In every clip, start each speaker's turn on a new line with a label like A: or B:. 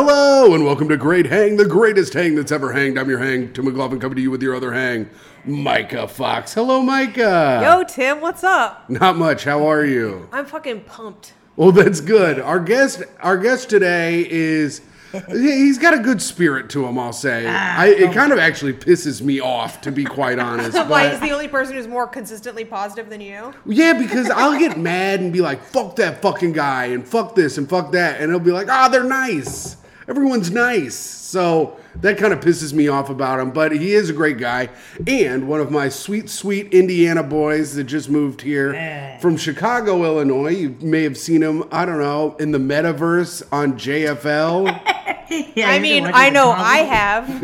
A: Hello and welcome to Great Hang, the greatest hang that's ever hanged. I'm your hang, Tim McLaughlin, coming to you with your other hang, Micah Fox. Hello, Micah.
B: Yo, Tim, what's up?
A: Not much. How are you?
B: I'm fucking pumped.
A: Well, that's good. Our guest, our guest today is. He's got a good spirit to him, I'll say. I, it kind of actually pisses me off, to be quite honest.
B: Why
A: but-
B: he's the only person who's more consistently positive than you?
A: Yeah, because I'll get mad and be like, fuck that fucking guy and fuck this and fuck that. And he'll be like, ah, they're nice. Everyone's nice. So that kind of pisses me off about him. But he is a great guy. And one of my sweet, sweet Indiana boys that just moved here from Chicago, Illinois. You may have seen him, I don't know, in the metaverse on JFL.
C: Yeah,
B: I
C: you're
B: mean,
C: the one
B: I
C: who's
B: know
C: calling.
B: I have.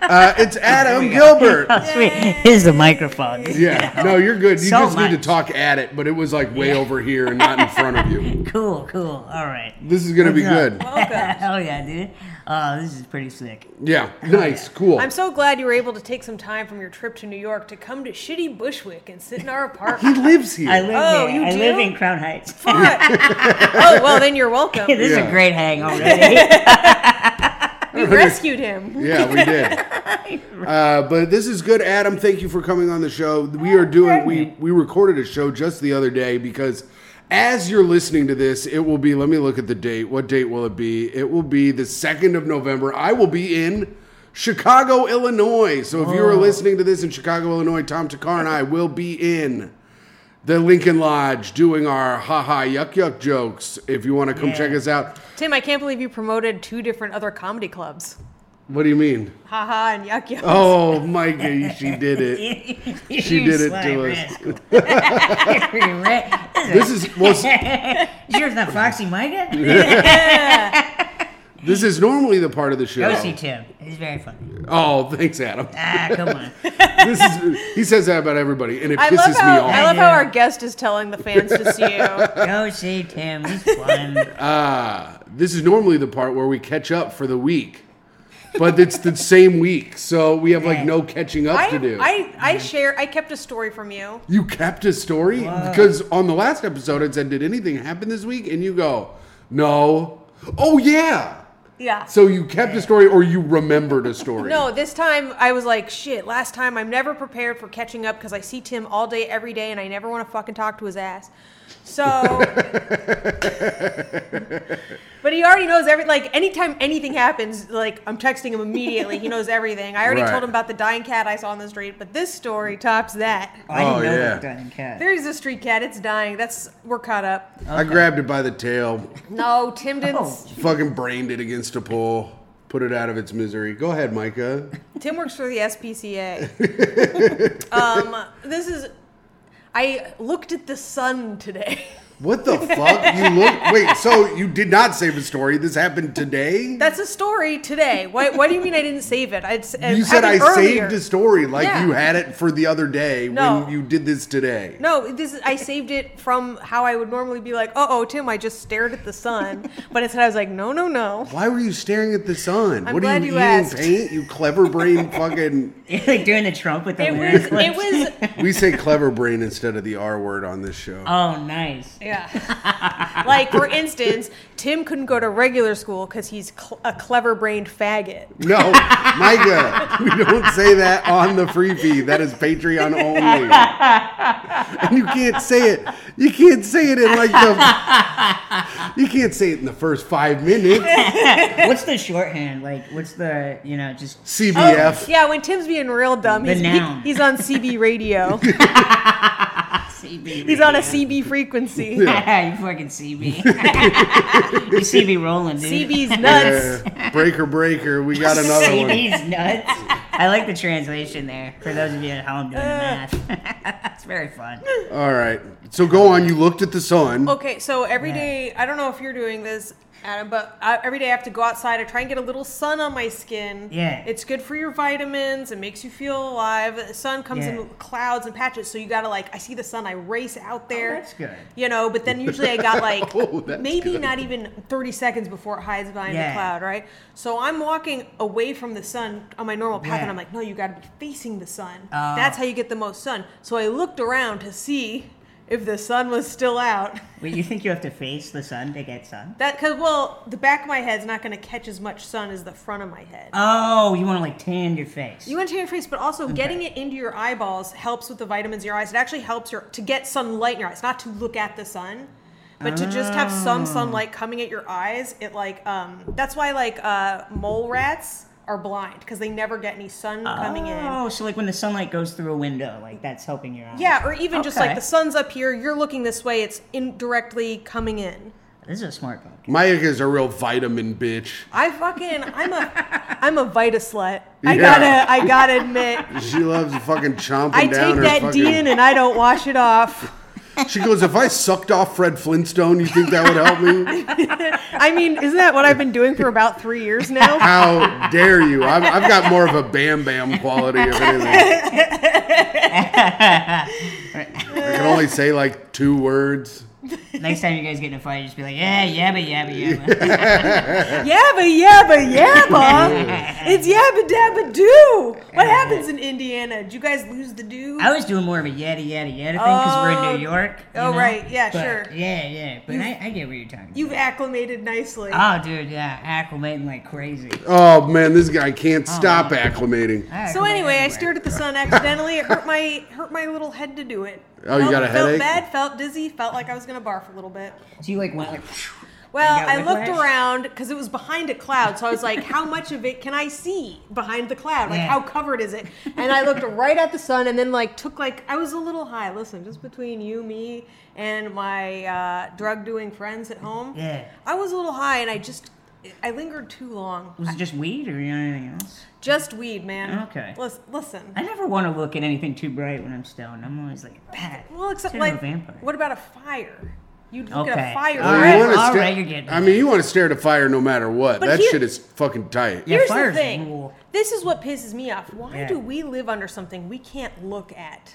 A: Uh, it's Adam Gilbert.
C: Oh, sweet. Here's the microphone.
A: Yeah, no, you're good. You
C: So
A: just need
C: much.
A: to talk at it, but it was like way over here and not in front of you.
C: Cool, cool. All right.
A: This is going to be
C: What's up?
A: good.
B: Welcome.
C: Hell yeah, dude. Oh, this is pretty sick.
A: Yeah,
C: Oh,
A: nice, cool.
B: I'm so glad you were able to take some time from your trip to New York to come to shitty Bushwick and sit in our
A: He
B: apartment.
A: lives here.
C: I live
B: Oh,
C: here.
B: you
C: I
B: do?
C: live in Crown Heights.
B: Fuck. oh, well, then you're welcome.
C: this is
A: Yeah.
C: a great hang already.
B: We rescued him.
A: yeah, we did. Uh, but this is good, Adam. Thank you for coming on the show. We are doing we we recorded a show just the other day because as you're listening to this, it will be. Let me look at the date. What date will it be? It will be the second of November. I will be in. Chicago, Illinois. So if you
C: Oh.
A: are listening to this in Chicago, Illinois, Tom Takar and I will be in the Lincoln Lodge doing our ha ha yuck yuck jokes. If you want to come
C: Yeah.
A: check us out,
B: Tim, I can't believe you promoted two different other comedy clubs.
A: what do you mean?
B: Haha and Yuck Yuck.
A: Oh, Micah, she did it.
C: she
A: did it to us. This is well, s-
C: Sure, it's not Foxy Micah?
A: this is normally the part of the show.
C: Go see Tim. He's very funny.
A: Oh, thanks, Adam.
C: Ah, come on.
A: This is he says that about everybody, and it
B: I
A: pisses
B: love, how,
A: me
B: I
A: off.
B: love how our guest is telling the fans to see you.
C: Go see Tim. He's fun.
A: Ah, this is normally the part where we catch up for the week, but it's the same week, so we have like no catching up
B: I,
A: to do.
B: I, I share. I kept a story from you.
A: you kept a story because on the last episode I said, "Did anything happen this week?" And you go, "No." Oh yeah.
B: Yeah.
A: So you kept a story, or you remembered a story?
B: no, this time I was like, shit. Last time I'm never prepared for catching up because I see Tim all day, every day, and I never want to fucking talk to his ass. So, but he already knows every. Like anytime anything happens, like I'm texting him immediately. He knows everything. I already
A: Right.
B: told him about the dying cat I saw on the street, but this story tops that.
C: I didn't
A: Oh,
C: know
A: yeah.
C: that dying cat.
B: There's a street cat. It's dying. That's we're caught up.
A: I grabbed it by the tail,
B: No, Tim didn't.
C: Oh.
A: fucking brained it against a pole, put it out of its misery. Go ahead, Micah.
B: Tim works for the SPCA. um, this is. I looked at the sun today.
A: What the fuck? You look. Wait, so you did not save a story. This happened today?
B: That's a story today. Why, why do you mean I didn't save it? I'd, it
A: you said I
B: happened earlier.
A: saved a story like
B: Yeah.
A: you had it for the other day
B: No.
A: when you did this today.
B: No, this is, I saved it from how I would normally be like, "Oh, oh, Tim, I just stared at the sun," but instead I was like, "No, no, no."
A: Why were you staring at the sun?
B: I'm
A: what
B: glad
A: are you,
B: you
A: eating?
B: asked.
A: Paint? You clever brain fucking.
C: like doing the Trump with the
B: It was.
C: lyrics.
B: It was.
A: We say clever brain instead of the R word on this show.
C: Oh, nice.
B: Yeah. Like for instance, Tim couldn't go to regular school because he's cl- a clever-brained faggot.
A: No, Micah, we don't say that on the free feed. That is Patreon only. And you can't say it. You can't say it in like the. You can't say it in the first five minutes.
C: What's the shorthand? Like, what's the, you know, just.
A: CBF.
B: Oh, Yeah, when Tim's being real dumb,
C: The
B: he's, he-
C: noun.
B: he's on CB radio.
C: CB.
B: He's on a CB frequency.
C: you fucking CB. you CB rolling, dude.
B: CB's nuts.
A: Yeah. Breaker, breaker. We got another one.
C: CB's nuts. I like the translation there for those of you at home doing
B: Uh.
C: the math. it's very fun.
A: All right. So go on. You looked at the sun.
B: Okay, so every day, I don't know if you're doing this, Adam, but I, every day I have to go outside. I try and get a little sun on my skin.
C: Yeah.
B: It's good for your vitamins. It makes you feel alive. The sun comes
C: Yeah.
B: in clouds and patches, so you gotta like, I see the sun, I race out there.
C: that's good.
B: You know, but then usually I got like
A: Oh, that's
B: maybe
A: good.
B: not even 30 seconds before it hides behind the
C: Yeah.
B: cloud, right? So I'm walking away from the sun on my normal path,
C: Yeah.
B: and I'm like, no, you gotta be facing the sun.
C: Oh.
B: That's how you get the most sun. So I looked around to see if the sun was still out.
C: Wait, you think you have to face the sun to get sun?
B: That because well, the back of my head's not going to catch as much sun as the front of my head.
C: Oh, you want to like tan your face.
B: You want to tan your face, but also getting it into your eyeballs helps with the vitamins in your eyes. It actually helps your to get sunlight in your eyes, not to look at the sun, but to just have
A: Ah.
B: some sunlight coming at your eyes. It like um that's why like uh mole rats are blind because they never get any sun
A: Ah.
B: coming in.
C: Oh, so like when the sunlight goes through a window, like that's helping your eyes.
B: Yeah, or even just like
C: Okay.
B: the sun's up here, you're looking this way, it's indirectly coming in.
C: This is a smart book.
A: Maya is a real vitamin bitch.
B: I fucking I'm a I'm a Vita slut.
A: Yeah.
B: I gotta I gotta admit.
A: She loves fucking chomping
B: I
A: down
B: take
A: her
B: that
A: fucking.
B: D in and I don't wash it off.
A: She goes, if I sucked off Fred Flintstone, you think that would help me?
B: I mean, isn't that what I've been doing for about three years now?
A: How dare you? I've, I've got more of a Bam Bam quality of anything. I can only say like two words.
C: Next time you guys get in a fight, just be like, yeah, yabba, yabba, yabba.
B: yabba yabba yabba. It's yabba dabba do. What happens in Indiana? Did you guys lose the do?
C: I was doing more of a yada, yada, yada thing because we're in New
B: Oh,
C: York. you
B: oh,
C: know?
B: right. Yeah,
C: But-
B: sure.
C: Yeah, yeah. But I, I get what you're talking
B: You've acclimated nicely.
C: about. Oh, dude, yeah. Acclimating like crazy.
A: Oh man, this guy can't stop acclimating.
C: I
B: So
C: acclimate
B: anyway, I
C: everywhere.
B: stared at the sun accidentally. It hurt my hurt my little head to do it.
A: Oh, you
B: Felt-
A: got a headache?
B: Felt bad. Felt dizzy. Felt like I was gonna barf a little bit.
C: So you like went like,
B: Well,
C: got
B: I looked
C: whiplash?
B: around because it was behind a cloud, so I was like, "How much of it can I see behind the cloud? Like,
C: Yeah.
B: how covered is it?" And I looked right at the sun, and then like took like I was a little high. Listen, just between you, me, and my uh, drug doing friends at home,
C: Yeah.
B: I was a little high, and I just I lingered too long.
C: was it just weed or you know anything else?
B: Just weed, man.
C: Okay.
B: Lis- Listen.
C: I never want to look at anything too bright when I'm stoned. I'm always like, bad.
B: Well, except
C: Turn
B: like,
C: into a vampire.
B: what about a fire? You'd look at a
C: Okay.
B: fire.
C: All
A: Well, you
C: right,
B: right?
A: wanna
C: all
A: sta-
C: right, you're getting
A: I mean, you want to stare at a fire no matter what.
B: But
A: that
B: here-
A: shit is fucking tight.
C: Yeah.
B: Here's the
C: fire's
B: thing.
C: rule.
B: This is what pisses me off. Why
C: Yeah.
B: do we live under something we can't look at?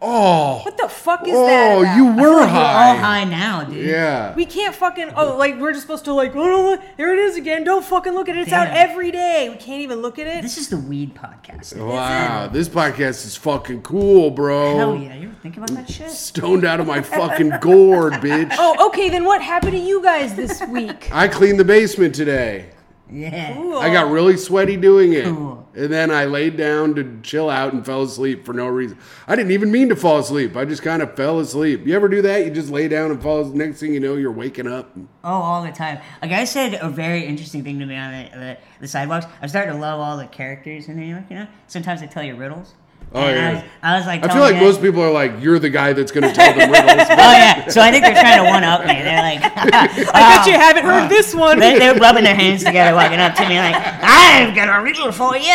A: Oh,
B: What the fuck is that?
A: oh,
B: about?
A: you
C: I feel
A: were
C: like We're all
A: high.
C: high now, dude.
A: Yeah.
B: We can't fucking. Oh, like we're just supposed to like. Oh, look, there it is again. Don't fucking look at it. It's out
C: Damn.
B: every day. We can't even look at it.
C: This is the weed podcast.
A: Oh. Wow, this podcast is fucking cool, bro.
C: Hell yeah. You ever think about that shit?
A: Stoned out of my fucking gourd, bitch.
B: oh, okay. Then what happened to you guys this week?
A: I cleaned the basement today.
C: Yeah.
B: Cool.
A: I got really sweaty doing it.
C: Cool.
A: And then I laid down to chill out and fell asleep for no reason. I didn't even mean to fall asleep. I just kind of fell asleep. You ever do that? You just lay down and fall next thing you know you're waking up.
C: Oh, all the time. A guy said a very interesting thing to me on the, the, the sidewalks. I'm starting to love all the characters in New York, you know? Sometimes they tell you riddles.
A: Oh,
C: And
A: yeah.
C: I was, I was like,
A: I feel
C: telling
A: like
C: the guy-
A: most people are like, you're the guy that's going to tell them riddles.
C: Oh, yeah. So I think they're trying to one up me. They're like, "Oh,
B: I bet you haven't heard this one.
C: they, they're rubbing their hands together, walking up to me like, "I've got a riddle for you."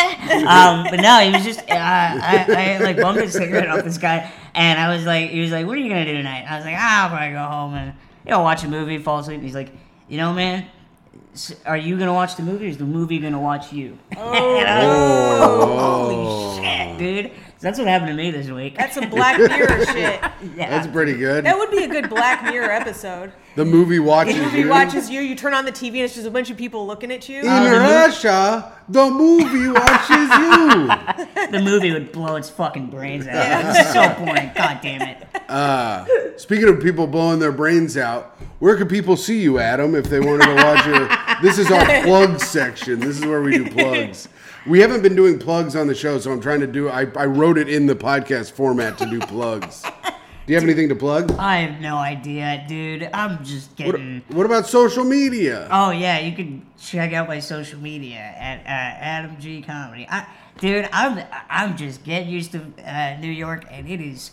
C: Um, but no, he was just uh, I, I like bummed a cigarette off this guy, and I was like, he was like, "What are you gonna do tonight?" I was like, "Ah, I'll probably go home and you know watch a movie, fall asleep." And he's like, "You know, man." s- Are you gonna watch the movie? Or is the movie gonna watch you? And I was like,
A: Oh.
C: Holy shit, dude! So that's what happened to me this week.
B: That's some Black Mirror shit.
C: yeah.
A: That's pretty good.
B: That would be a good Black Mirror episode.
A: The movie watches
B: Movie
A: you.
B: watches you. You turn on the TV and it's just a bunch of people looking at you.
A: In
C: the movie-
A: Russia, the movie watches you.
C: the movie would blow its fucking brains out. It's so boring. God damn it.
A: Speaking of people blowing their brains out, where could people see you, Adam, if they wanted to watch your? This is our plug section. This is where we do plugs. We haven't been doing plugs on the show, so I'm trying to do. I, I wrote it in the podcast format to do plugs. Do you have anything to plug?
C: I have no idea, dude. I'm just
A: What,
C: getting.
A: what about social media?
C: Oh yeah, you can check out my social media at uh, Adam G Comedy. I, dude, I'm I'm just getting used to uh, New York, and it is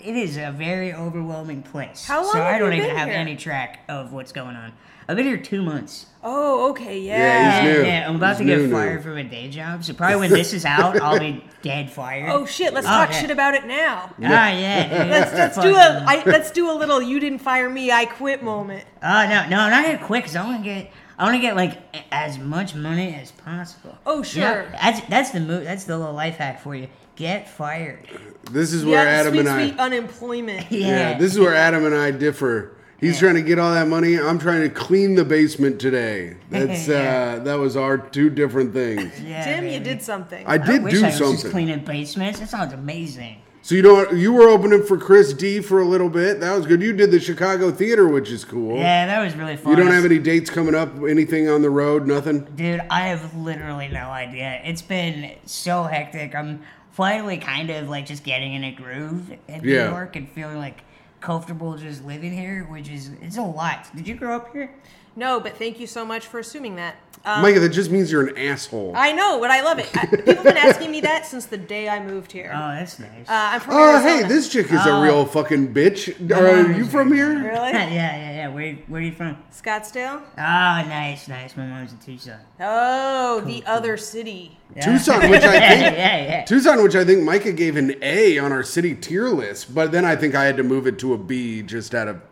C: it is a very overwhelming place.
B: How long
C: So I
B: have you
C: don't even
B: been
C: have
B: here?
C: any track of what's going on. I've been here two months.
B: Oh, okay. Yeah.
A: Yeah, he's
C: Yeah,
A: new.
C: yeah, I'm about
A: He's
C: to get
A: new, new.
C: fired from a day job, so probably when this is out, I'll be dead fired.
B: Oh shit, let's
C: Oh,
B: talk
C: yeah.
B: shit about it now.
C: Ah, yeah. dude.
B: Let's let's do a I, let's do a little you didn't fire me, I quit moment.
C: Oh no, no, I'm not gonna quit 'cause I want to get, I want to get like a- as much money as possible.
B: Oh,
C: You know,
B: sure.
C: that's that's the move. That's the little life hack for you. Get fired.
A: This is
B: yeah,
A: where Adam
B: sweet,
A: and I.
B: sweet Oh, unemployment.
C: Yeah.
A: Yeah, this is where Adam and I differ. He's trying to get all that money. I'm trying to clean the basement today. That's
C: Yeah.
A: uh, that was our two different things.
C: Yeah,
B: Tim, you
C: baby.
B: did something.
A: I
C: I
A: did
C: wish
A: do
C: I was
A: something.
C: just cleaning basements. That sounds amazing.
A: So you don't you were opening for Chris D for a little bit. That was good. You did the Chicago Theater, which is cool.
C: Yeah, that was really fun.
A: Oh. You don't have any dates coming up? Anything on the road? Nothing?
C: Dude, I have literally no idea. It's been so hectic. I'm finally kind of like just getting in a groove in
A: Yeah.
C: New York and feeling like comfortable just living here, which is it's a lot. Did you grow up here?
B: No, but thank you so much for assuming that. Um,
A: Micah, that just means you're an asshole.
B: I know, but I love it. I, people have been asking me that since the day I moved here. Uh,
C: Oh, that's nice.
B: I'm from
A: Oh, hey,
B: Arizona.
A: this chick is a real fucking bitch. Are
C: mom's
A: you from here?
B: really
C: yeah, yeah, yeah. Where where are you from?
B: Scottsdale.
C: Ah, nice, nice. My mom's in Tucson.
B: Oh, the other city.
C: Yeah.
A: Tucson, which I
C: yeah,
A: think
C: yeah, yeah.
A: Tucson, which I think Micah gave an A on our city tier list, but then I think I had to move it to a B just out of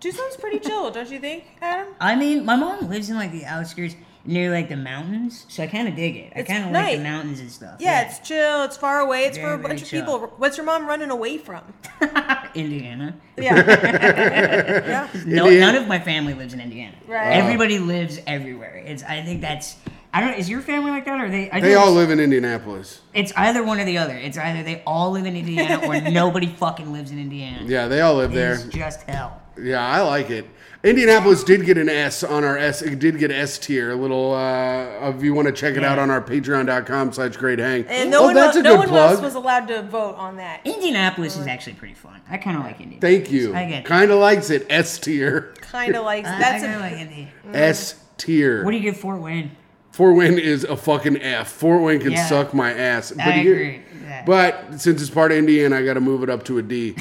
B: Tucson's pretty chill, don't you think, Adam?
C: I mean, my mom lives in like the outskirts near like the mountains, so I kind of dig it. I
B: It's
C: kind of like
B: nice.
C: the mountains and stuff.
B: Yeah, it's chill. It's far away. It's
C: Very,
B: for a
C: very
B: bunch of
C: chill.
B: people. What's your mom running away from?
C: Indiana.
B: Yeah. yeah.
C: No,
A: Indiana-
C: none of my family lives in Indiana.
B: Right.
C: Everybody lives everywhere. It's. I think that's. I don't. Is your family like that, or are they? I
A: They
C: know
A: all
C: it's-
A: live in Indianapolis.
C: It's either one or the other. It's either they all live in Indiana or nobody fucking lives in Indiana.
A: Yeah, they all live there.
C: It's just hell.
A: Yeah, I like it. Indianapolis did get an S on our S. It did get S tier. A little. Uh, if you want to check it
C: Yeah.
A: out on our Patreon.com/slash Great Hang.
B: And no
A: oh,
B: one,
A: that's
B: else,
A: a
B: no
A: good
B: one
A: plug.
B: else was allowed to vote on that.
C: Indianapolis is actually pretty fun. I kind of like Indiana.
A: Thank you.
C: I get it.
A: Kind of likes it. S tier.
B: Kind of like
C: I-
B: that's
C: I kinda
B: a,
C: like Indy.
B: Mm.
A: S tier.
C: What do you give Fort Wayne?
A: Fort Wayne is a fucking F. Fort Wayne can
C: Yeah.
A: suck my ass. But
C: I
A: here-
C: agree. Yeah.
A: But since it's part of Indiana, I got to move it up to a D.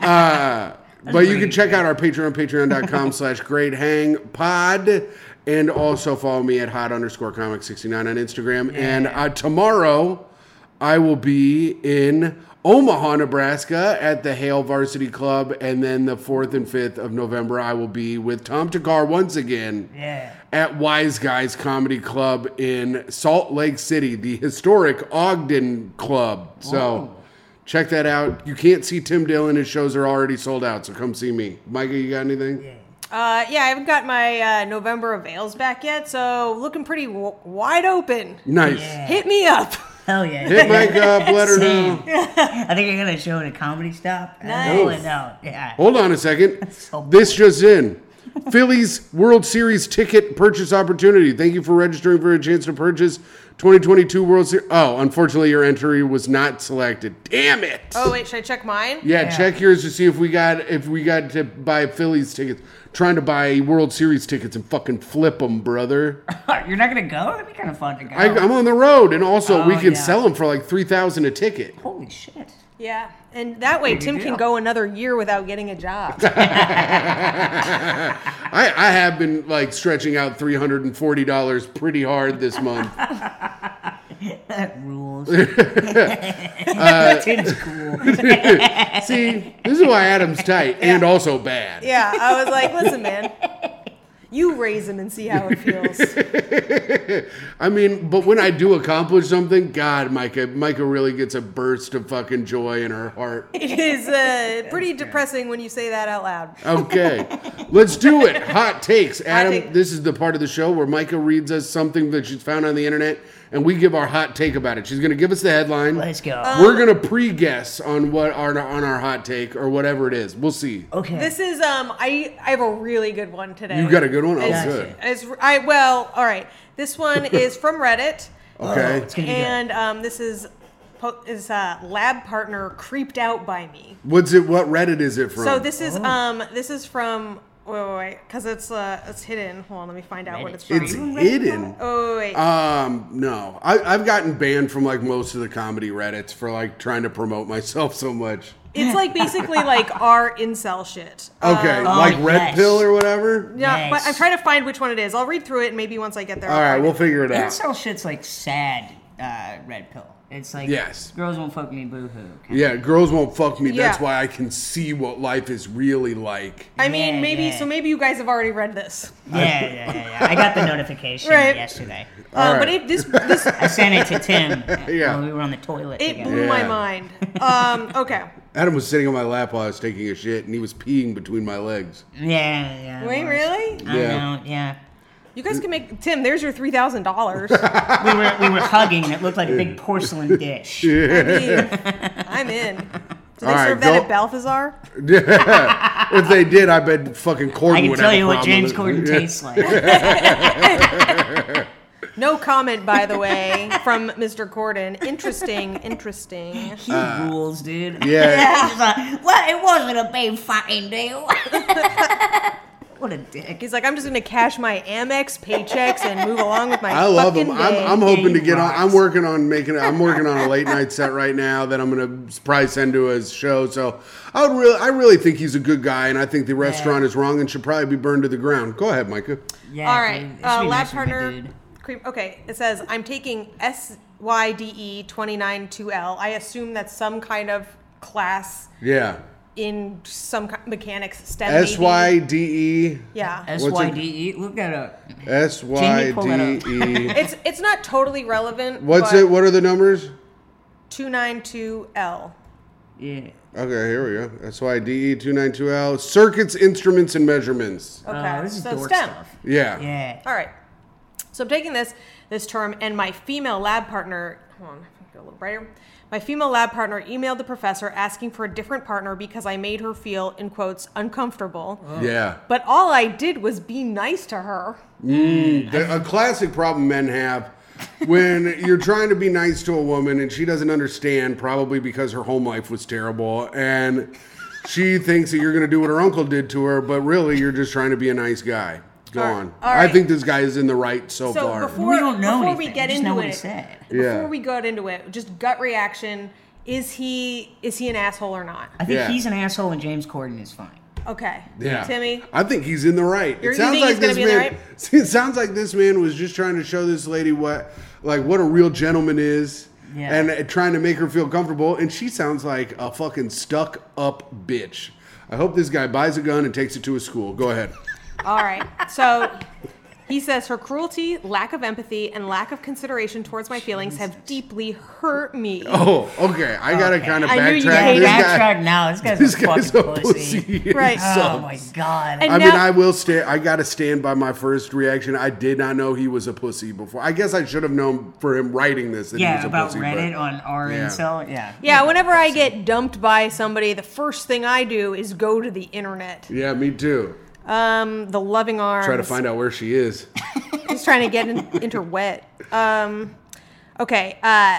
A: Uh, but you can
C: pretty
A: check out our Patreon, patreon.com slash great hang pod. And also follow me at hot underscore comic 69 on Instagram. And uh, tomorrow I will be in Omaha, Nebraska at the Hale Varsity Club. And then the 4th and 5th of November, I will be with Tom Takar once again
C: Yeah.
A: at Wise Guys Comedy Club in Salt Lake City, the historic Ogden Club. So
C: Whoa.
A: check that out. You can't see Tim Dillon. His shows are already sold out. So come see me. Micah, you got anything?
B: Uh, yeah, I haven't got my uh, November avails back yet, so looking pretty w- wide open.
A: Nice.
C: Yeah.
B: Hip Hit me up.
C: Hell yeah.
A: Hit Micah up. Let her
C: Same.
A: know.
C: I think I got a show at a comedy stop.
B: Nice.
C: I'll it out. Yeah.
A: Hold on a second.
C: so
A: This just in. Phillies World Series ticket purchase opportunity. Thank you for registering for a chance to purchase 2022 World Series. Oh, unfortunately, your entry was not selected. Damn it.
B: Oh wait, should I check mine?
A: Yeah,
C: Yeah.
A: check yours to see if we got if we got to buy Phillies tickets. Trying to buy World Series tickets and fucking flip them, brother.
C: You're not gonna go? That'd be kind of fun to go.
A: I, I'm on the road, and also we
C: Oh,
A: can
C: yeah.
A: sell them for like three thousand a ticket.
C: Holy shit.
B: Yeah, and that way Tim can
C: deal.
B: go another year without getting a job.
A: I, I have been like stretching out three hundred and forty dollars pretty hard this month.
C: That rules.
A: Uh,
C: That seems cool.
A: see, this is why Adam's tight and also bad.
B: yeah, I was like, listen, man, you raise him and see how it feels.
A: I mean, but when I do accomplish something, God, Micah, Micah really gets a burst of fucking joy in her heart.
B: It is uh, pretty depressing when you say that out loud.
A: Okay, let's do it. Hot takes. Adam,
B: take.
A: this is the part of the show where Micah reads us something that she's found on the internet and we give our hot take about it. She's going to give us the headline.
C: Let's go.
B: Um,
A: We're going to pre guess on what our, on our hot take or whatever it is. We'll see.
C: okay.
B: This is um, I I have a really good one today.
A: You got a good one? Oh,
B: It's-
A: good.
B: It's, I well, all right. This one is from Reddit.
A: Okay.
C: oh, it's gonna be good.
B: and um, this is po- is uh, lab partner creeped out by me.
A: What's it? What Reddit is it from?
B: So this
A: Oh.
B: is um this is from wait wait wait because it's uh it's hidden. Hold on, let me find out what it's from.
A: It's hidden.
B: oh wait, wait.
A: Um, no. I, I've gotten banned from like most of the comedy Reddits for like trying to promote myself so much.
B: it's like basically like our incel shit. Uh,
A: Okay, like Red
C: Oh, yes.
A: Pill or whatever?
B: yeah, but
C: Nice.
B: I'm trying to find which one it is. I'll read through it and maybe once I get there.
A: All right, we'll figure it out.
C: Incel shit's like sad uh, red pill. It's like
A: Yes.
C: girls won't fuck me, boo hoo.
A: Yeah, girls won't fuck me. That's
B: Yeah.
A: why I can see what life is really like.
B: I mean,
C: Yeah,
B: maybe
C: yeah.
B: so. Maybe you guys have already read this,
C: Yeah, yeah, yeah, yeah. I got the notification
B: Right.
C: yesterday.
B: um,
A: right.
B: but it, this this
C: I sent it to Tim
A: Yeah.
C: while we were on the toilet
B: it
C: together.
B: blew my
A: Yeah.
B: mind. Um, okay,
A: Adam was sitting on my lap while I was taking a shit, and he was peeing between my legs.
C: yeah, yeah. it
B: wait,
C: was.
B: really?
C: I
A: Yeah.
C: know, yeah.
B: You guys can make Tim. There's your three thousand dollars.
C: We were, we were hugging and it looked like a big porcelain dish.
B: I mean, I'm in. Do they
A: All right,
B: serve that
A: go-
B: at Balthazar?
A: if they did, I bet fucking Corden
C: I can
A: would
C: tell
A: have a
C: you what
A: problem
C: James
A: with it.
C: Corden tastes like.
B: No comment, by the way, from Mr. Corden. Interesting, interesting.
C: He rules, dude.
A: yeah.
C: He's like, well, it wasn't a big fucking deal. what a dick.
B: He's like, I'm just gonna cash my Amex paychecks and move along with my.
A: I love
B: fucking
A: him. I'm,
B: day.
A: I'm hoping
C: He
A: to get on. I'm
C: rocks.
A: working on making. I'm working on a late night set right now that I'm going to probably send to his show. So I would really, I really think he's a good guy, and I think the restaurant is wrong and should probably be burned to the ground. Go ahead, Micah.
C: Yeah,
B: All right,
C: dude, it should
B: uh,
C: be
B: lab
C: nice with my
B: partner.
C: dude.
B: Cream. Okay, it says I'm taking SYDE 292L. I assume that's some kind of class
A: Yeah.
B: in some ki- mechanics STEM. maybe.
A: S Y D E.
B: Yeah.
A: it-
C: S-Y-D-E. Look that up.
A: S Y D E.
B: It's it's not totally relevant.
A: What's
B: but
A: it? What are the numbers?
B: 292L.
C: Yeah.
A: Okay, here we go. S Y D E two nine two L. Circuits, instruments, and measurements.
B: Okay.
C: Oh, this is
B: so
C: dork
B: STEM.
C: stuff.
A: Yeah.
C: Yeah.
B: All right. So I'm taking this this term, and my female lab partner. Hold on, I can go a little brighter. My female lab partner emailed the professor asking for a different partner because I made her feel, in quotes, uncomfortable.
A: Yeah.
B: But all I did was be nice to her.
A: The- a classic problem men have when you're trying to be nice to a woman and she doesn't understand, probably because her home life was terrible, and she thinks that you're going to do what her uncle did to her, but really you're just trying to be a nice guy. Go
B: All right,
A: on.
B: all
A: I
B: right.
A: think this guy is in the right so,
B: So
A: far.
B: before
C: We don't know
B: before
C: anything.
B: we get
C: just
B: into
C: know what
B: it,
C: he said.
A: Yeah.
B: before we get into it, just gut reaction: is he is he an asshole or not?
C: I think
A: Yeah.
C: he's an asshole and James Corden is fine.
B: Okay,
A: yeah,
B: Timmy.
A: I think he's in the right.
B: You're-
A: it
B: you
A: sounds
B: think
A: like
B: he's gonna
A: this
B: be in the
A: man.
B: right?
A: It sounds like this man was just trying to show this lady what, like, what a real gentleman is,
C: Yeah.
A: and uh, trying to make her feel comfortable. And she sounds like a fucking stuck up bitch. I hope this guy buys a gun and takes it to a school. Go ahead.
B: All right. So he says her cruelty, lack of empathy, and lack of consideration towards my feelings have deeply hurt me.
A: Oh, okay. I gotta kind of
B: I knew
A: backtrack.
B: you'd
C: Yeah,
B: hate
A: this
B: that.
A: guy.
C: backtrack now. This guy's
A: This
C: a
A: guy's a
C: fucking pussy.
A: pussy.
B: Right.
A: He
B: Oh
C: Oh
A: sucks.
C: my god.
B: And
A: I mean,
B: now-
A: I will stand. I got to stand by my first reaction. I did not know he was a pussy before. I guess I should have known for him writing this that he was
C: yeah,
A: a
C: about
A: pussy. but-
C: Reddit on our
A: Yeah.
C: incel. Yeah.
B: Yeah, whenever I get dumped by somebody, the first thing I do is go to the internet.
A: Yeah, me too.
B: Um, the loving arms.
A: Try to find out where she is.
B: Just trying to get in, into wet. Um, okay. Uh,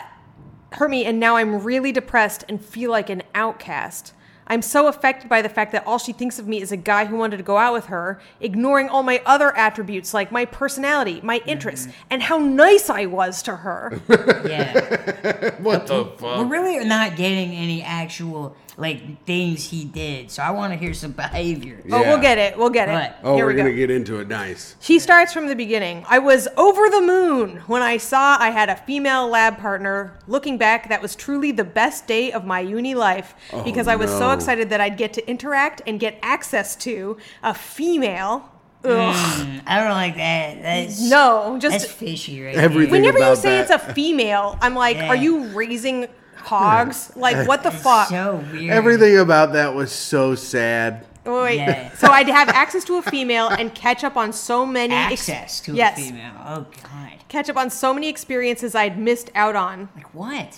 B: hurt me, and now I'm really depressed and feel like an outcast. I'm so affected by the fact that all she thinks of me is a guy who wanted to go out with her, ignoring all my other attributes like my personality, my interests, and how nice I was to her.
C: Yeah.
A: What the
C: We're
A: fuck?
C: really not getting any actual like things he did. So I want to hear some behavior.
B: Oh,
A: Yeah.
B: we'll get it. We'll get it.
C: Right.
A: Oh,
B: Here
A: we're
B: we go.
A: gonna get into it. Nice.
B: She starts from the beginning. I was over the moon when I saw I had a female lab partner. Looking back, that was truly the best day of my uni life because I was so
A: Oh, no.
B: excited that I'd get to interact and get access to a female. Ugh.
C: Mm, I don't like that. That's
B: No,
C: That's
B: just
C: fishy, right?
A: Everything.
B: whenever you
A: about
B: say
A: that.
B: it's a female, I'm like,
C: Yeah.
B: are you raising hogs? Like, what the fuck?
C: So weird.
A: Everything about that was so sad.
B: Oh, Wait.
C: Yeah.
B: So I'd have access to a female and catch up on so many ex-
C: Access to
B: yes,
C: a female. Oh god.
B: catch up on so many experiences I'd missed out on.
C: Like what?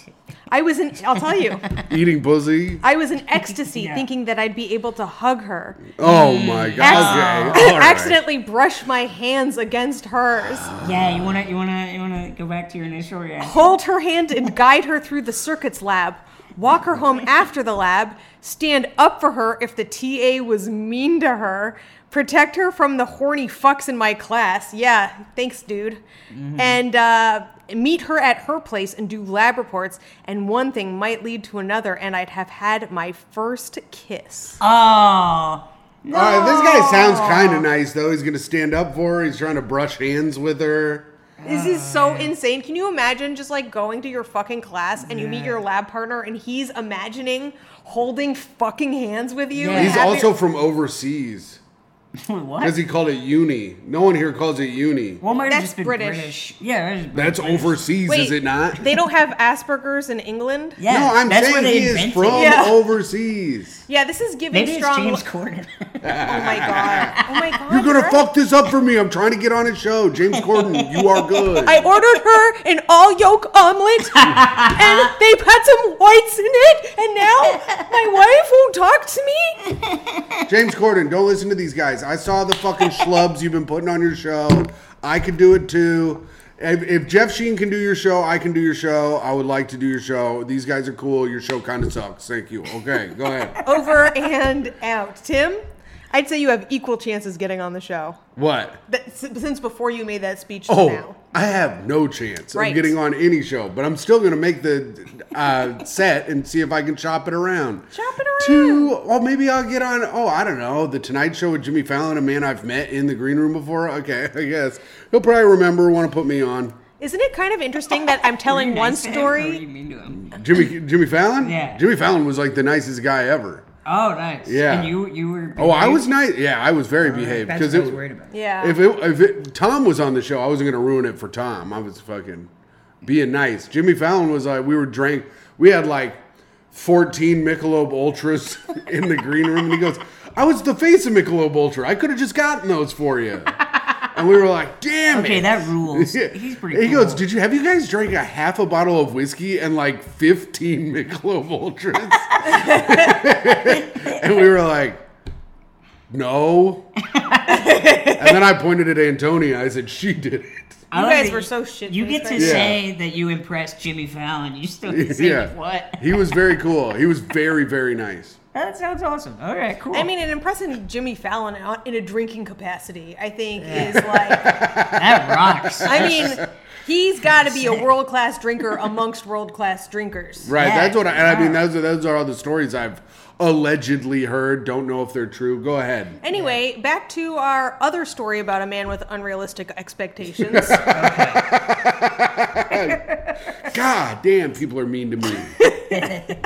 B: I was in. I'll tell you.
A: Eating pussy.
B: I was in ecstasy
C: Yeah.
B: thinking that I'd be able to hug her.
A: Oh my god.
B: Mm. Acc-
A: Okay. All right.
B: Accidentally brush my hands against hers,
C: Yeah, you wanna you wanna you wanna go back to your initial reaction?
B: hold her hand and guide her through the circuits lab, walk her home after the lab, stand up for her if the TA was mean to her, protect her from the horny fucks in my class. Yeah, thanks, dude.
A: Mm-hmm.
B: And uh, meet her at her place and do lab reports, and one thing might lead to another, and I'd have had my first kiss.
C: Oh. No.
A: All right. This guy sounds kind of nice though. He's gonna stand up for her. He's trying to brush hands with her.
B: This is so insane. Can you imagine just like going to your fucking class and you meet your lab partner and he's imagining holding fucking hands with you?
C: Yeah.
B: and
A: He's
B: having-
A: also from overseas
C: what?
A: because he called it uni. No one here calls it uni.
C: Well, it might have
B: That's
C: just been
B: British.
C: British. Yeah, it is
A: That's
C: British.
A: overseas,
B: Wait,
A: is it not?
B: They don't have Asperger's in England.
C: Yeah,
A: no, I'm
C: that's
A: saying
C: where they
A: he is
C: invented
A: from
C: it.
B: Yeah.
A: overseas.
B: Yeah, this is giving
C: Maybe it's
B: strong.
C: James Corden.
B: Oh my god. Oh my god.
A: You're gonna
B: right.
A: fuck this up for me. I'm trying to get on a show. James Corden, you are good.
B: I ordered her an all yolk omelet, and they put some whites in it, and now my wife won't talk to me.
A: James Corden, don't listen to these guys. I saw the fucking schlubs you've been putting on your show. I could do it too. If, if Jeff Sheen can do your show, I can do your show. I would like to do your show. These guys are cool. Your show kind of sucks. Thank you. Okay, go ahead.
B: Over and out. Tim, I'd say you have equal chances getting on the show.
A: What?
B: But s- since before you made that speech to
A: Oh,
B: now.
A: I have no chance
B: Right.
A: of getting on any show, but I'm still going to make the uh, set and see if I can chop it around.
B: Chop it around.
A: To, well, maybe I'll get on, oh, I don't know, The Tonight Show with Jimmy Fallon, a man I've met in the green room before. Okay, I guess. He'll probably remember, want to put me on.
B: Isn't it kind of interesting that I'm telling one story?
A: Jimmy Jimmy Fallon?
C: Yeah.
A: Jimmy Fallon was like the nicest guy ever.
C: Oh, nice.
A: Yeah.
C: And you you were.
A: Oh, I was nice. Yeah, I was very behaved.
C: That's
A: Because
C: what I was worried about.
B: Yeah.
A: If, it, if it, Tom was on the show, I wasn't going to ruin it for Tom. I was fucking being nice. Jimmy Fallon was like, we were drank. We had like 14 Michelob Ultras in the green room. And he goes, I was the face of Michelob Ultra. I could have just gotten those for you. And we were like, damn it.
C: Okay, that rules.
A: Yeah.
C: He's pretty.
A: He
C: cool.
A: goes, "Did you have you guys drank a half a bottle of whiskey and like fifteen Michelob Ultras?" and we were like, "No." and then I pointed at Antonia. I said, "She did it."
C: I
B: You
C: like
B: guys
C: that
B: were so shit
C: You get
B: faced
C: to
B: right now.
C: say that you impressed Jimmy Fallon. You still can say
A: yeah,
C: what?
A: he was very cool. He was very very nice.
C: That sounds awesome. All right, cool.
B: I mean, an impressing Jimmy Fallon on- in a drinking capacity, I think, is like.
C: that rocks.
B: I mean, he's got to be a world class drinker amongst world class drinkers.
A: Right.
C: Yeah.
A: That's what I. And I mean,
C: Wow.
A: those are, those are all the stories I've allegedly heard. Don't know if they're true. Go ahead.
B: Anyway, back to our other story about a man with unrealistic expectations.
A: God damn, people are mean to me.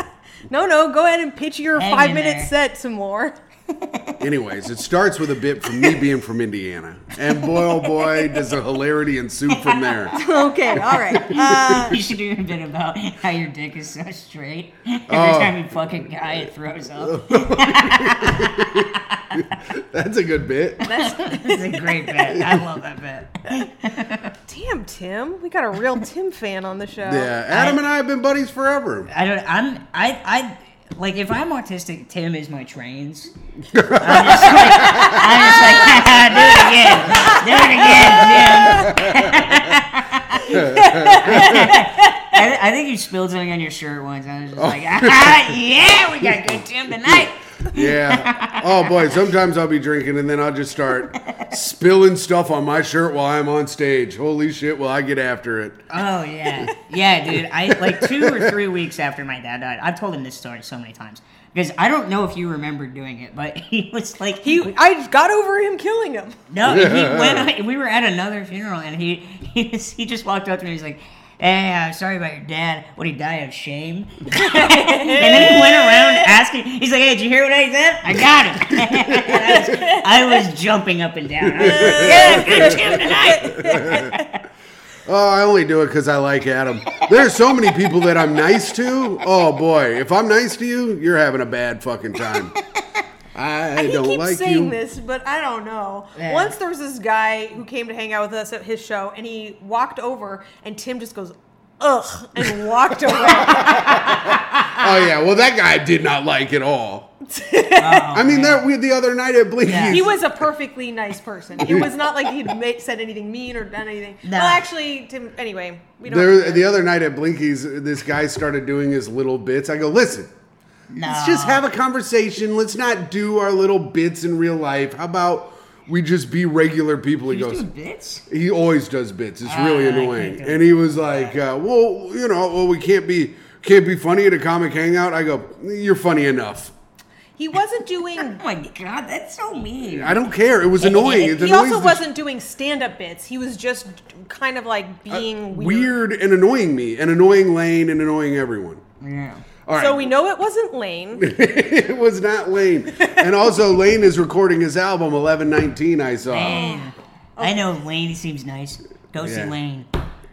B: no, no, go ahead and pitch your
C: Hang in
B: five minute
C: there.
B: set some more.
A: Anyways, it starts with a bit from me being from Indiana. And boy, oh boy, does a hilarity ensue from there.
B: Okay, all right. Uh,
C: you should do a bit about how your dick is so straight. Every
A: Oh.
C: time you fuck a guy, it throws up.
A: That's a good bit.
C: It's a great bit. I love that bit.
B: damn, Tim. We got a real Tim fan on the show.
A: Yeah, Adam and I have been buddies forever.
C: I don't. I'm. I. I. Like if I'm autistic, Tim is my trains. I'm just like, I'm just like do it again, do it again, Tim. I, th- I think you spilled something on your shirt once. and I was just like, ah, yeah, we got good Tim tonight.
A: Yeah. Oh boy, sometimes I'll be drinking and then I'll just start spilling stuff on my shirt while I'm on stage. Holy shit, will I get after it?
C: Oh yeah, yeah, dude. I like two or three weeks after my dad died. I've told him this story so many times because I don't know if you remember doing it, but he was like he
B: I got over him killing him.
C: No, he went. We were at another funeral, and he he, was, he just walked up to me. He's like, "Hey, I'm sorry about your dad. What he die of shame?" and then he went around asking. He's like, "Hey, did you hear what I said? I got it." And I, was, I was jumping up and down. I was like, yeah, good Tim tonight.
A: Oh, I only do it because I like Adam. There's so many people that I'm nice to. Oh boy, if I'm nice to you, you're having a bad fucking time. I,
B: He
A: don't
B: keeps
A: like
B: saying
A: you.
B: this, but I don't know.
C: Yeah.
B: Once there was this guy who came to hang out with us at his show, and he walked over, and Tim just goes, "Ugh," and walked away.
A: Oh yeah, well that guy I did not like at all. I mean that we, the other night at Blinky's.
C: Yeah.
B: Oh, he was a perfectly nice person. It was not like he'd ma- said anything mean or done anything.
C: No.
B: Well, actually, Tim. Anyway, we don't.
A: There, the other night at Blinky's, this guy started doing his little bits. I go, listen,
C: No.
A: let's just
B: Ah.
A: have a conversation. Let's not do our little bits in real life. How about we just be regular people? He
C: You
A: goes,
C: do bits.
A: he always does bits. It's really
C: Ah, I can't
A: annoying.
C: do
A: And he was like, uh, well, you know, well, we can't be can't be funny at a comic hangout. I go, you're funny enough.
B: He wasn't doing.
C: Oh my god, that's so mean.
A: I don't care. It was annoying. It
B: He
A: annoys
B: also
A: the
B: wasn't doing stand-up bits. He was just kind of like being weird.
A: Uh, weird and annoying me and annoying Lane and annoying everyone.
C: Yeah.
A: All right.
B: So we know it wasn't Lane.
A: it was not Lane. And also, Lane is recording his album 1119, I saw.
C: Man, I know Lane seems nice. Go see
A: Yeah.
C: Lane.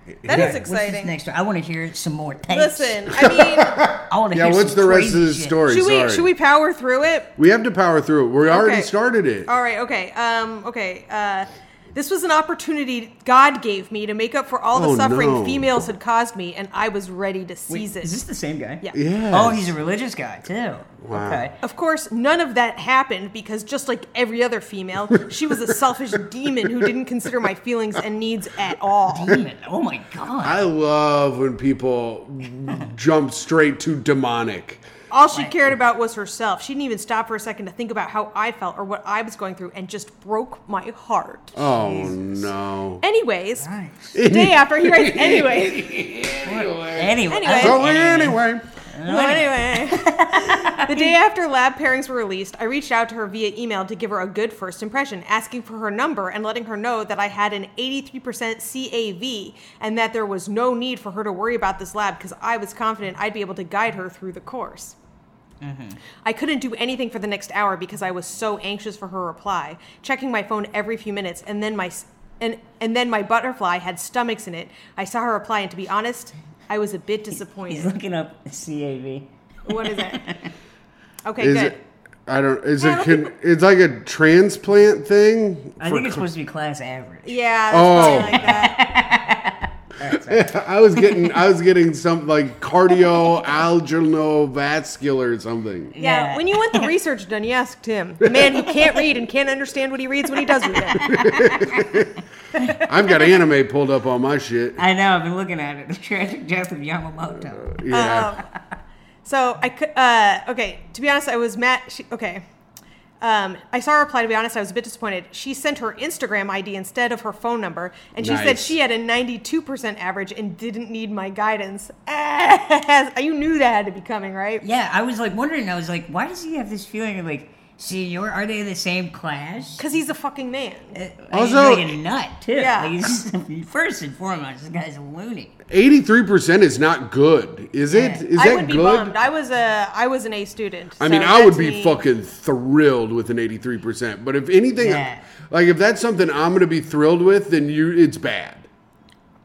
B: That is
C: What's his
B: exciting.
C: next? I want to hear some more. Thanks.
B: Listen, I mean,
C: I want to.
A: Yeah,
C: hear
A: what's
C: some
A: the rest of
C: crazy
A: the
C: shit.
A: story?
B: Should we
A: Sorry.
B: should we power through it?
A: We have to power through it. We already
B: Okay.
A: started it.
B: All right. Okay. Um. Okay. Uh. This was an opportunity God gave me to make up for all the
A: Oh,
B: suffering
A: no.
B: females had caused me, and I was ready to seize it.
C: Is this the same guy?
B: Yeah.
A: Yeah.
C: Oh, he's a religious guy too.
A: Wow.
C: Okay.
B: Of course, none of that happened because just like every other female, she was a selfish demon who didn't consider my feelings and needs at all.
C: Demon. Oh my god.
A: I love when people jump straight to demonic.
B: All she cared about was herself. She didn't even stop for a second to think about how I felt or what I was going through and just broke my heart.
A: Oh no.
B: Anyways,
C: Nice.
B: day after he writes anyways.
C: Anyway.
B: Anyway.
A: So anyway,
B: Well, anyway, the day after lab pairings were released, I reached out to her via email to give her a good first impression, asking for her number and letting her know that I had an 83% CAV and that there was no need for her to worry about this lab because I was confident I'd be able to guide her through the course. I couldn't do anything for the next hour because I was so anxious for her reply, checking my phone every few minutes, and then my s- and and then my butterfly had stomachs in it. I saw her reply, and to be honest, I was a bit
C: He's
B: disappointed.
C: looking up CAV.
B: What is it? Okay,
A: is
B: good.
A: it? I don't. Is
B: I
A: it?
B: don't
A: Can, it's like a transplant thing.
C: I think it's supposed to be class average.
B: Yeah, that's
A: Oh.
B: probably like that.
A: I was getting. I was getting some like cardioalgernovascular or something.
B: Yeah,
C: Yeah.
B: when you want the research done, you asked him. The man who can't read and can't understand what he reads, what he does with it.
A: I've got anime pulled up on my shit.
C: I know. I've been looking at it. The tragic death of Yamamoto.
A: Yeah.
B: Um, So I could, uh, okay, to be honest, I was mad. She, okay. Um, I saw her reply, to be honest, I was a bit disappointed. She sent her Instagram ID instead of her phone number, and she said
A: Nice.
B: she had a 92% average and didn't need my guidance. you knew that had to be coming, right?
C: Yeah, I was like wondering. I was like, why does he have this feeling of like, senior? Are they the same class?
B: Because he's a fucking man.
A: Also-
C: he's like a nut too.
B: Yeah.
C: Like, he's- first and foremost, this guy's a loony.
A: Eighty-three percent is not good. Is it? Is
B: I
A: that
B: would be
A: good?
B: bummed. I was a I was an A student.
A: I mean,
B: so
A: I would
B: that's
A: be
B: me.
A: fucking thrilled with an 83%. But if anything,
C: Yeah.
A: like if that's something I'm going to be thrilled with, then you it's bad.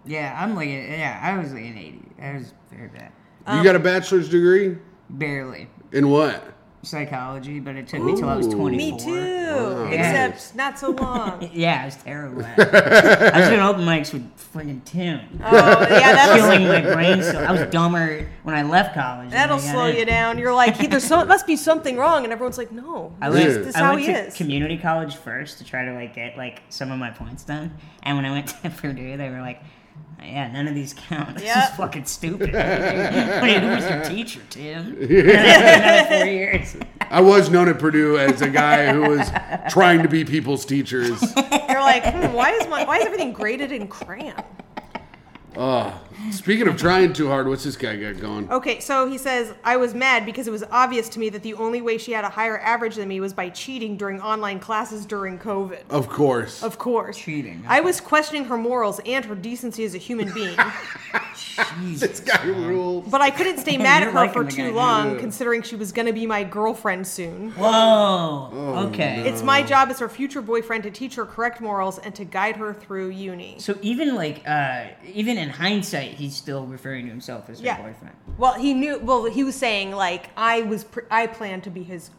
C: Yeah, I'm like, yeah, I was like an eighty. That was very bad.
A: you
B: Um,
A: got a bachelor's degree
C: Barely
A: in what?
C: psychology, but it took me till I was
A: Ooh.
C: twenty.
B: Me too. Except not so long.
C: Yeah, I was terrible. At it. I was doing open mics with friggin' Tim,
B: oh yeah, that'll
C: killing my brain. So I was dumber when I left college. than I
B: that'll
C: got
B: slow
C: in.
B: you down. You're like, he, there's so must be something wrong, and everyone's like, no,
C: I
A: Yeah.
C: went,
B: this is
C: I
B: how
C: went
B: he
C: to
B: is.
C: community college first to try to like get like some of my points done, and when I went to Purdue, they were like, "Yeah, none of these count. This
B: Yep.
C: is fucking stupid. what are you, who was your teacher, Tim?" Another four years.
A: I was known at Purdue as a guy who was trying to be people's teachers.
B: You're like, hmm, why is my why is everything graded in crayon?
A: Speaking of trying too hard, what's this guy got going?
B: Okay, so he says, I was mad because it was obvious to me that the only way she had a higher average than me was by cheating during online classes during COVID.
A: Of course.
B: Of course.
C: Cheating,
B: I was questioning her morals and her decency as a human being.
A: this guy rules.
B: But I couldn't stay mad at
C: You're
B: her for
C: liking
B: too
C: the guy.
B: long,
A: Yeah.
B: considering she was going to be my girlfriend soon.
C: Whoa.
A: Oh,
C: okay.
B: It's my job as her future boyfriend to teach her correct morals and to guide her through uni.
C: So even like uh even in hindsight, he's still referring to himself as her
B: Yeah.
C: boyfriend.
B: Well, he knew. Well, he was saying like I was. Pr- I planned to be his.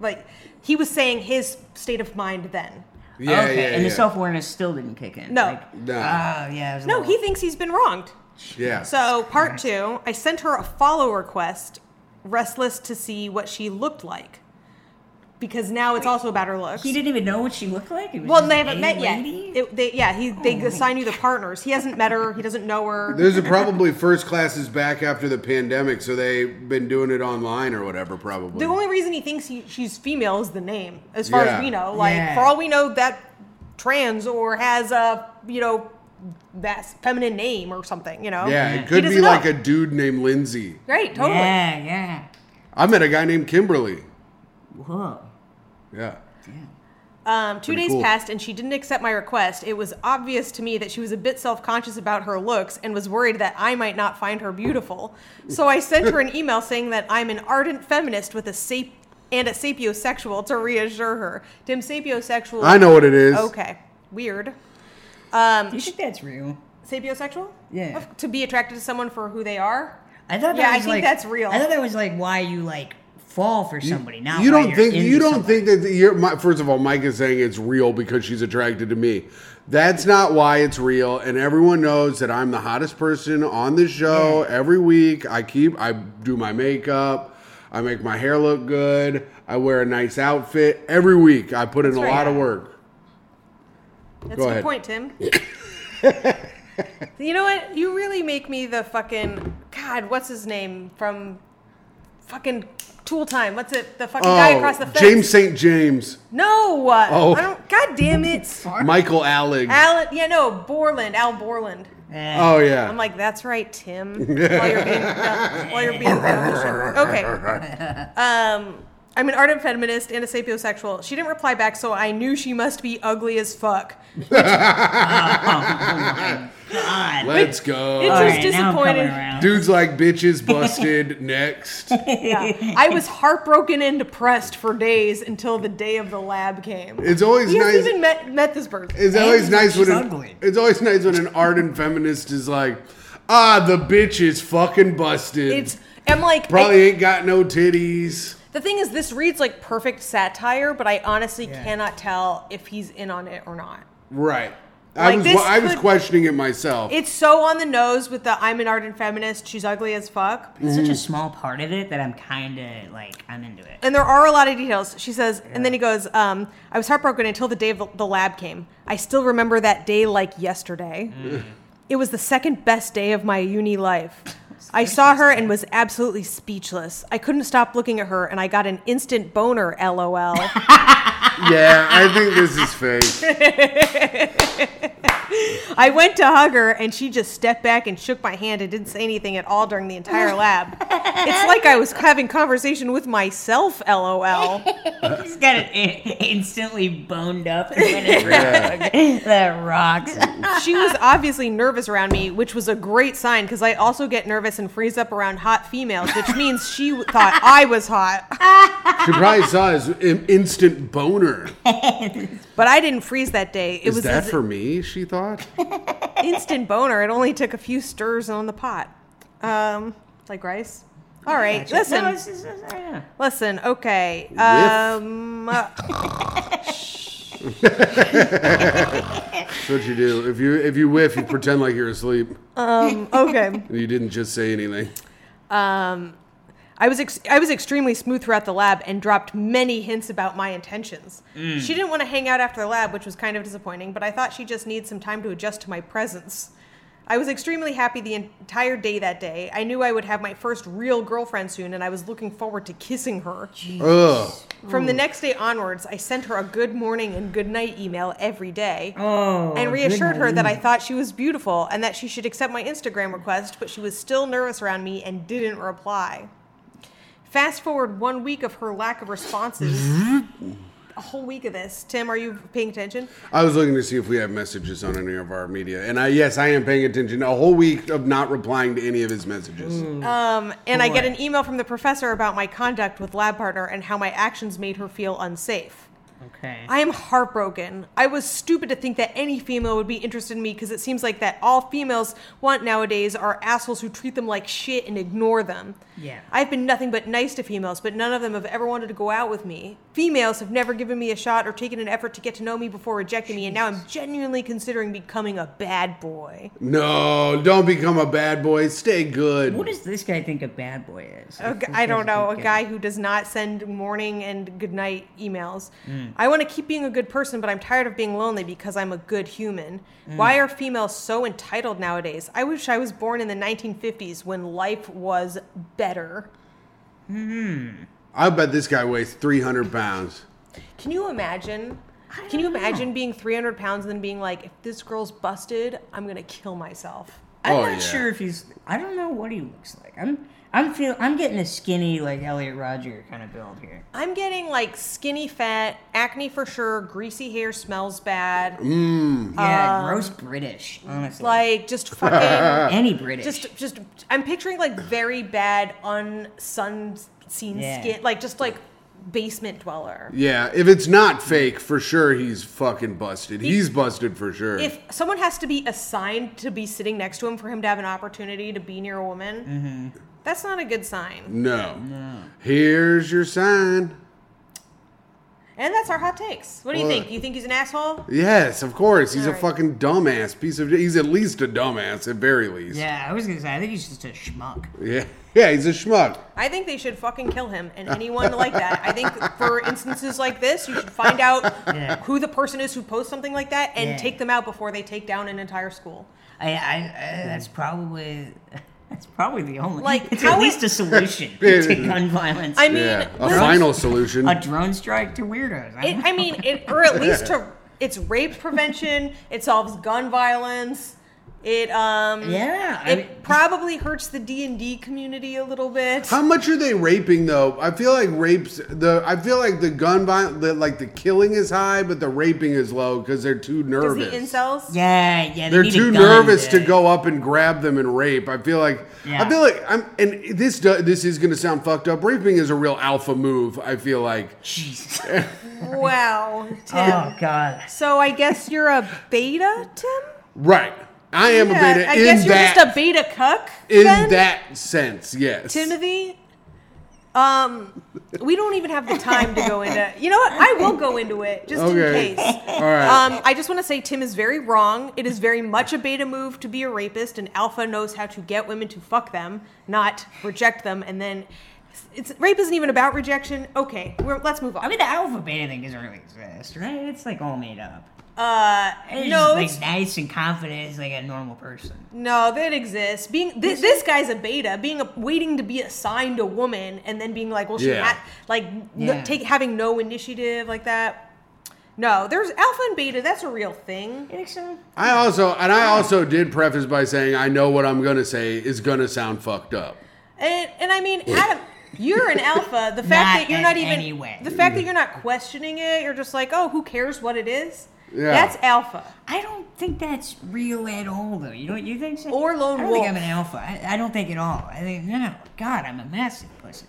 B: Like he was saying his state of mind then.
A: Yeah,
C: okay.
A: yeah,
C: and
A: yeah.
C: the self awareness still didn't kick in.
B: No.
C: Like,
A: No.
C: Ah, yeah. it was a
B: No,
C: little-
B: he thinks he's been wronged.
A: yeah.
B: So part two, I sent her a follow request, restless to see what she looked like, because now it's also about her looks.
C: He didn't even know what she looked like. It was
B: Well,
C: just
B: they
C: a
B: haven't met
C: lady?
B: yet. It, they, yeah, he, they assign you the partners. He hasn't met her. He doesn't know her.
A: There's a probably first classes back after the pandemic, so they've been doing it online or whatever, probably.
B: The only reason he thinks he, she's female is the name, as far
A: Yeah.
B: as we know. Like,
C: Yeah.
B: for all we know, that trans or has a, you know, that feminine name or something, you know?
A: yeah, it
B: He
A: could be
B: doesn't know.
A: like a dude named Lindsay.
B: Right, totally.
C: Yeah, yeah.
A: I met a guy named Kimberly.
C: Whoa.
A: Yeah.
B: Um, two
A: Pretty
B: days
A: cool.
B: passed and she didn't accept my request. It was obvious to me that she was a bit self conscious about her looks and was worried that I might not find her beautiful. So I sent her an email saying that I'm an ardent feminist with a sap- and a sapiosexual to reassure her. Dim sapiosexual.
A: I know what it is.
B: Okay. Weird.
C: Do you think that's real?
B: Sapiosexual?
C: Yeah.
B: Of- To be attracted to someone for who they are?
C: I thought that
B: Yeah, I
C: was
B: think
C: like-
B: that's real.
C: I thought that was like why you like fall for somebody. Not
A: you
C: why
A: don't
C: you're
A: think
C: into
A: you don't
C: somebody.
A: think that you're my, first of all mike is saying it's real because she's attracted to me that's not why it's real and everyone knows that i'm the hottest person on the show every week i keep i do my makeup i make my hair look good i wear a nice outfit every week i put in a
B: right.
A: lot of work
B: That's
A: Go
B: a good
A: ahead.
B: point, Tim. you know what? You really make me the fucking God. What's his name from fucking Tool Time? What's it? The fucking guy across the fence.
A: Oh, james st james
B: No. uh,
A: Oh.
B: I don't, God damn it.
A: michael alec
B: Alan. Yeah, no. Borland. Al Borland.
C: Eh.
A: oh yeah
B: I'm like, that's right, Tim. While you're being dumb, while you're being dumb. Okay. Um, I'm an ardent feminist and a sapiosexual. She didn't reply back, so I knew she must be ugly as fuck.
C: God.
A: let's go
B: It
C: All
B: was
C: right, now I'm coming
B: disappointed.
C: around.
A: dudes like bitches busted next
B: Yeah. I was heartbroken and depressed for days until the day of the lab came.
A: it's always
B: we
A: nice
B: haven't even met, met this person.
A: It's
C: And
A: always nice
C: she's
A: when an,
C: ugly.
A: it's always nice when an ardent feminist is like, ah, the bitch is fucking busted.
B: It's I'm like
A: Probably
B: I-
A: ain't got no titties.
B: the thing is this reads like perfect satire, but I honestly
C: Yeah.
B: cannot tell if he's in on it or not.
A: Right. I
B: Like,
A: was
B: this
A: I was
B: could-
A: questioning it myself.
B: It's so on the nose with the I'm an ardent feminist, she's ugly as fuck.
C: It's such a small part of it that I'm kind of like I'm into it.
B: And there are a lot of details. She says, and then he goes, um, I was heartbroken until the day of the lab came. I still remember that day like yesterday. It was the second best day of my uni life. I saw her and was absolutely speechless. I couldn't stop looking at her, and I got an instant boner, lol.
A: yeah, I think this is fake.
B: I went to hug her, and she just stepped back and shook my hand and didn't say anything at all during the entire lab. It's like I was having conversation with myself, lol.
C: He's got it in- instantly boned up. And went in frog. that rocks.
B: she was obviously nervous around me, which was a great sign because I also get nervous and freeze up around hot females, which means she w- thought I was hot.
A: She probably saw his in- instant boner.
B: But I didn't freeze that day. It
A: Is
B: was
A: that
B: this
A: for me? She thought.
B: instant boner. It only took a few stirs on the pot. Um, like rice. All right, listen,
C: No, it's just- it's- yeah.
B: listen. Okay. Um, uh,
A: That's what you do. If you if you whiff, you pretend like you're asleep
B: okay.
A: and you didn't just say anything.
B: Um, I was ex- I was extremely smooth throughout the lab and dropped many hints about my intentions. She didn't want to hang out after the lab, which was kind of disappointing, but I thought she just needs some time to adjust to my presence. I was extremely happy the entire day that day. I knew I would have my first real girlfriend soon, and I was looking forward to kissing her.
A: Ugh.
B: From the next day onwards, I sent her a good morning and good night email every day
C: Oh,
B: and reassured
C: goodness.
B: her that I thought she was beautiful and that she should accept my Instagram request, but she was still nervous around me and didn't reply. Fast forward one week of her lack of responses. a whole week of this. Tim, are you paying attention?
A: I was looking to see if we have messages on any of our media, and I yes, I am paying attention. A whole week of not replying to any of his messages.
B: Um, and I get
C: Boy.
B: an email from the professor about my conduct with lab partner and how my actions made her feel unsafe.
C: Okay.
B: I am heartbroken. I was stupid to think that any female would be interested in me because it seems like that all females want nowadays are assholes who treat them like shit and ignore them.
C: Yeah.
B: I've been nothing but nice to females, but none of them have ever wanted to go out with me. Females have never given me a shot or taken an effort to get to know me before rejecting me, and now I'm genuinely considering becoming a bad boy.
A: No, don't become a bad boy. Stay good.
C: what does this guy think a bad boy is?
B: A g- I don't know, a guy who does not send morning and good night emails.
C: Mm.
B: I want to keep being a good person, but I'm tired of being lonely because I'm a good human.
C: Mm.
B: Why are females so entitled nowadays? I wish I was born in the 1950s when life was better.
A: I bet this guy weighs 300 pounds.
B: Can you imagine?
C: I
B: Can you
C: don't
B: imagine being 300 pounds and then being like, if this girl's busted, I'm going to kill myself?
C: I'm
A: Oh,
C: not
A: yeah.
C: sure if he's. I don't know what he looks like. I'm. I'm feel. I'm getting a skinny like Elliot Rodger kind of build here.
B: I'm getting like skinny fat, acne for sure, greasy hair, smells bad.
C: Mm. Yeah, gross British. Honestly,
B: Like, just fucking.
C: any British.
B: just just I'm picturing like very bad unsun seen
C: Yeah.
B: skin like just like basement dweller.
A: Yeah, if it's not fake, for sure he's fucking busted. He's busted for sure.
B: If
C: Mm-hmm.
B: someone has to be assigned to be sitting next to him for him to have an opportunity to be near a woman, That's not a good sign.
A: No. Here's your sign.
B: And that's our hot takes. What do you
A: Well,
B: think? You think he's an asshole?
A: Yes, of course. He's a
B: Alright.
A: fucking dumbass piece of. He's at least a dumbass at very least.
C: Yeah, I was gonna say I think he's just a schmuck.
A: Yeah. Yeah. He's a schmuck.
B: I think they should fucking kill him and anyone like that. I think for instances like this, you should find out
C: Yeah.
B: who the person is who posts something like that and
C: Yeah.
B: take them out before they take down an entire school.
C: I, I, I that's probably that's probably the only
B: Like,
C: it's
B: how
C: at
B: it-
C: least a solution
A: Yeah.
C: to gun violence.
B: I mean,
A: Yeah. A
B: listen-
A: final solution.
C: a drone strike to weirdos. I
B: It,
C: don't
B: I mean, it, or at least to it's rape prevention. It solves gun violence. It um
C: Yeah, I
B: It
C: mean-
B: probably hurts the D and D community a little bit.
A: How much are they raping though? I feel like rapes the. I feel like the gun violence, the, like the killing is high, but the raping is low because they're too
B: Because
A: nervous.
B: the incels.
C: yeah, yeah, they
A: They're
C: need a
A: too
C: gun,
A: nervous
C: yeah.
A: to go up and grab them and rape. I feel like I
C: Yeah.
A: feel like I'm and this do, this is going to sound fucked up. Raping is a real alpha move. I feel like
C: Jesus.
B: Wow, Tim.
C: Oh God.
B: So I guess you're a beta, Tim.
A: right. I am
B: Yeah,
A: a beta
B: I
A: in
B: guess you're
A: that
B: just a beta cuck.
A: in
B: then,
A: that sense. Yes.
B: Timothy. Um, we don't even have the time to go into. You know what? I will go into it just
A: Okay.
B: in case.
A: All right.
B: Um, I just want to say Tim is very wrong. It is very much a beta move to be a rapist, and alpha knows how to get women to fuck them, not reject them. And then it's, rape isn't even about rejection. Okay, we're, let's move
C: I
B: on.
C: mean, the alpha beta thing doesn't really exist, right? It's like all made up.
B: Uh,
C: It's
B: no,
C: just, like
B: it's,
C: nice and confident as like a normal person.
B: no, that exists. Being this, this guy's a beta, being a, waiting to be assigned a woman, and then being like, well, she
A: Yeah.
B: had like n-
C: Yeah.
B: take having no initiative like that. No, there's alpha and beta. That's a real thing.
C: You think so?
A: I also and I also did preface by saying I know what I'm going to say is going to sound fucked up.
B: And, and I mean, Adam, you're an alpha. The fact
C: Not
B: that you're
C: in
B: not even
C: any way.
B: the fact that you're not questioning it, you're just like, oh, who cares what it is?
A: Yeah.
B: That's alpha.
C: I don't think that's real at all, though. You don't? You think so?
B: Or lone
C: I don't
B: wolf.
C: think I'm an alpha. I, I don't think at all. I think no, no. God, I'm a massive pussy.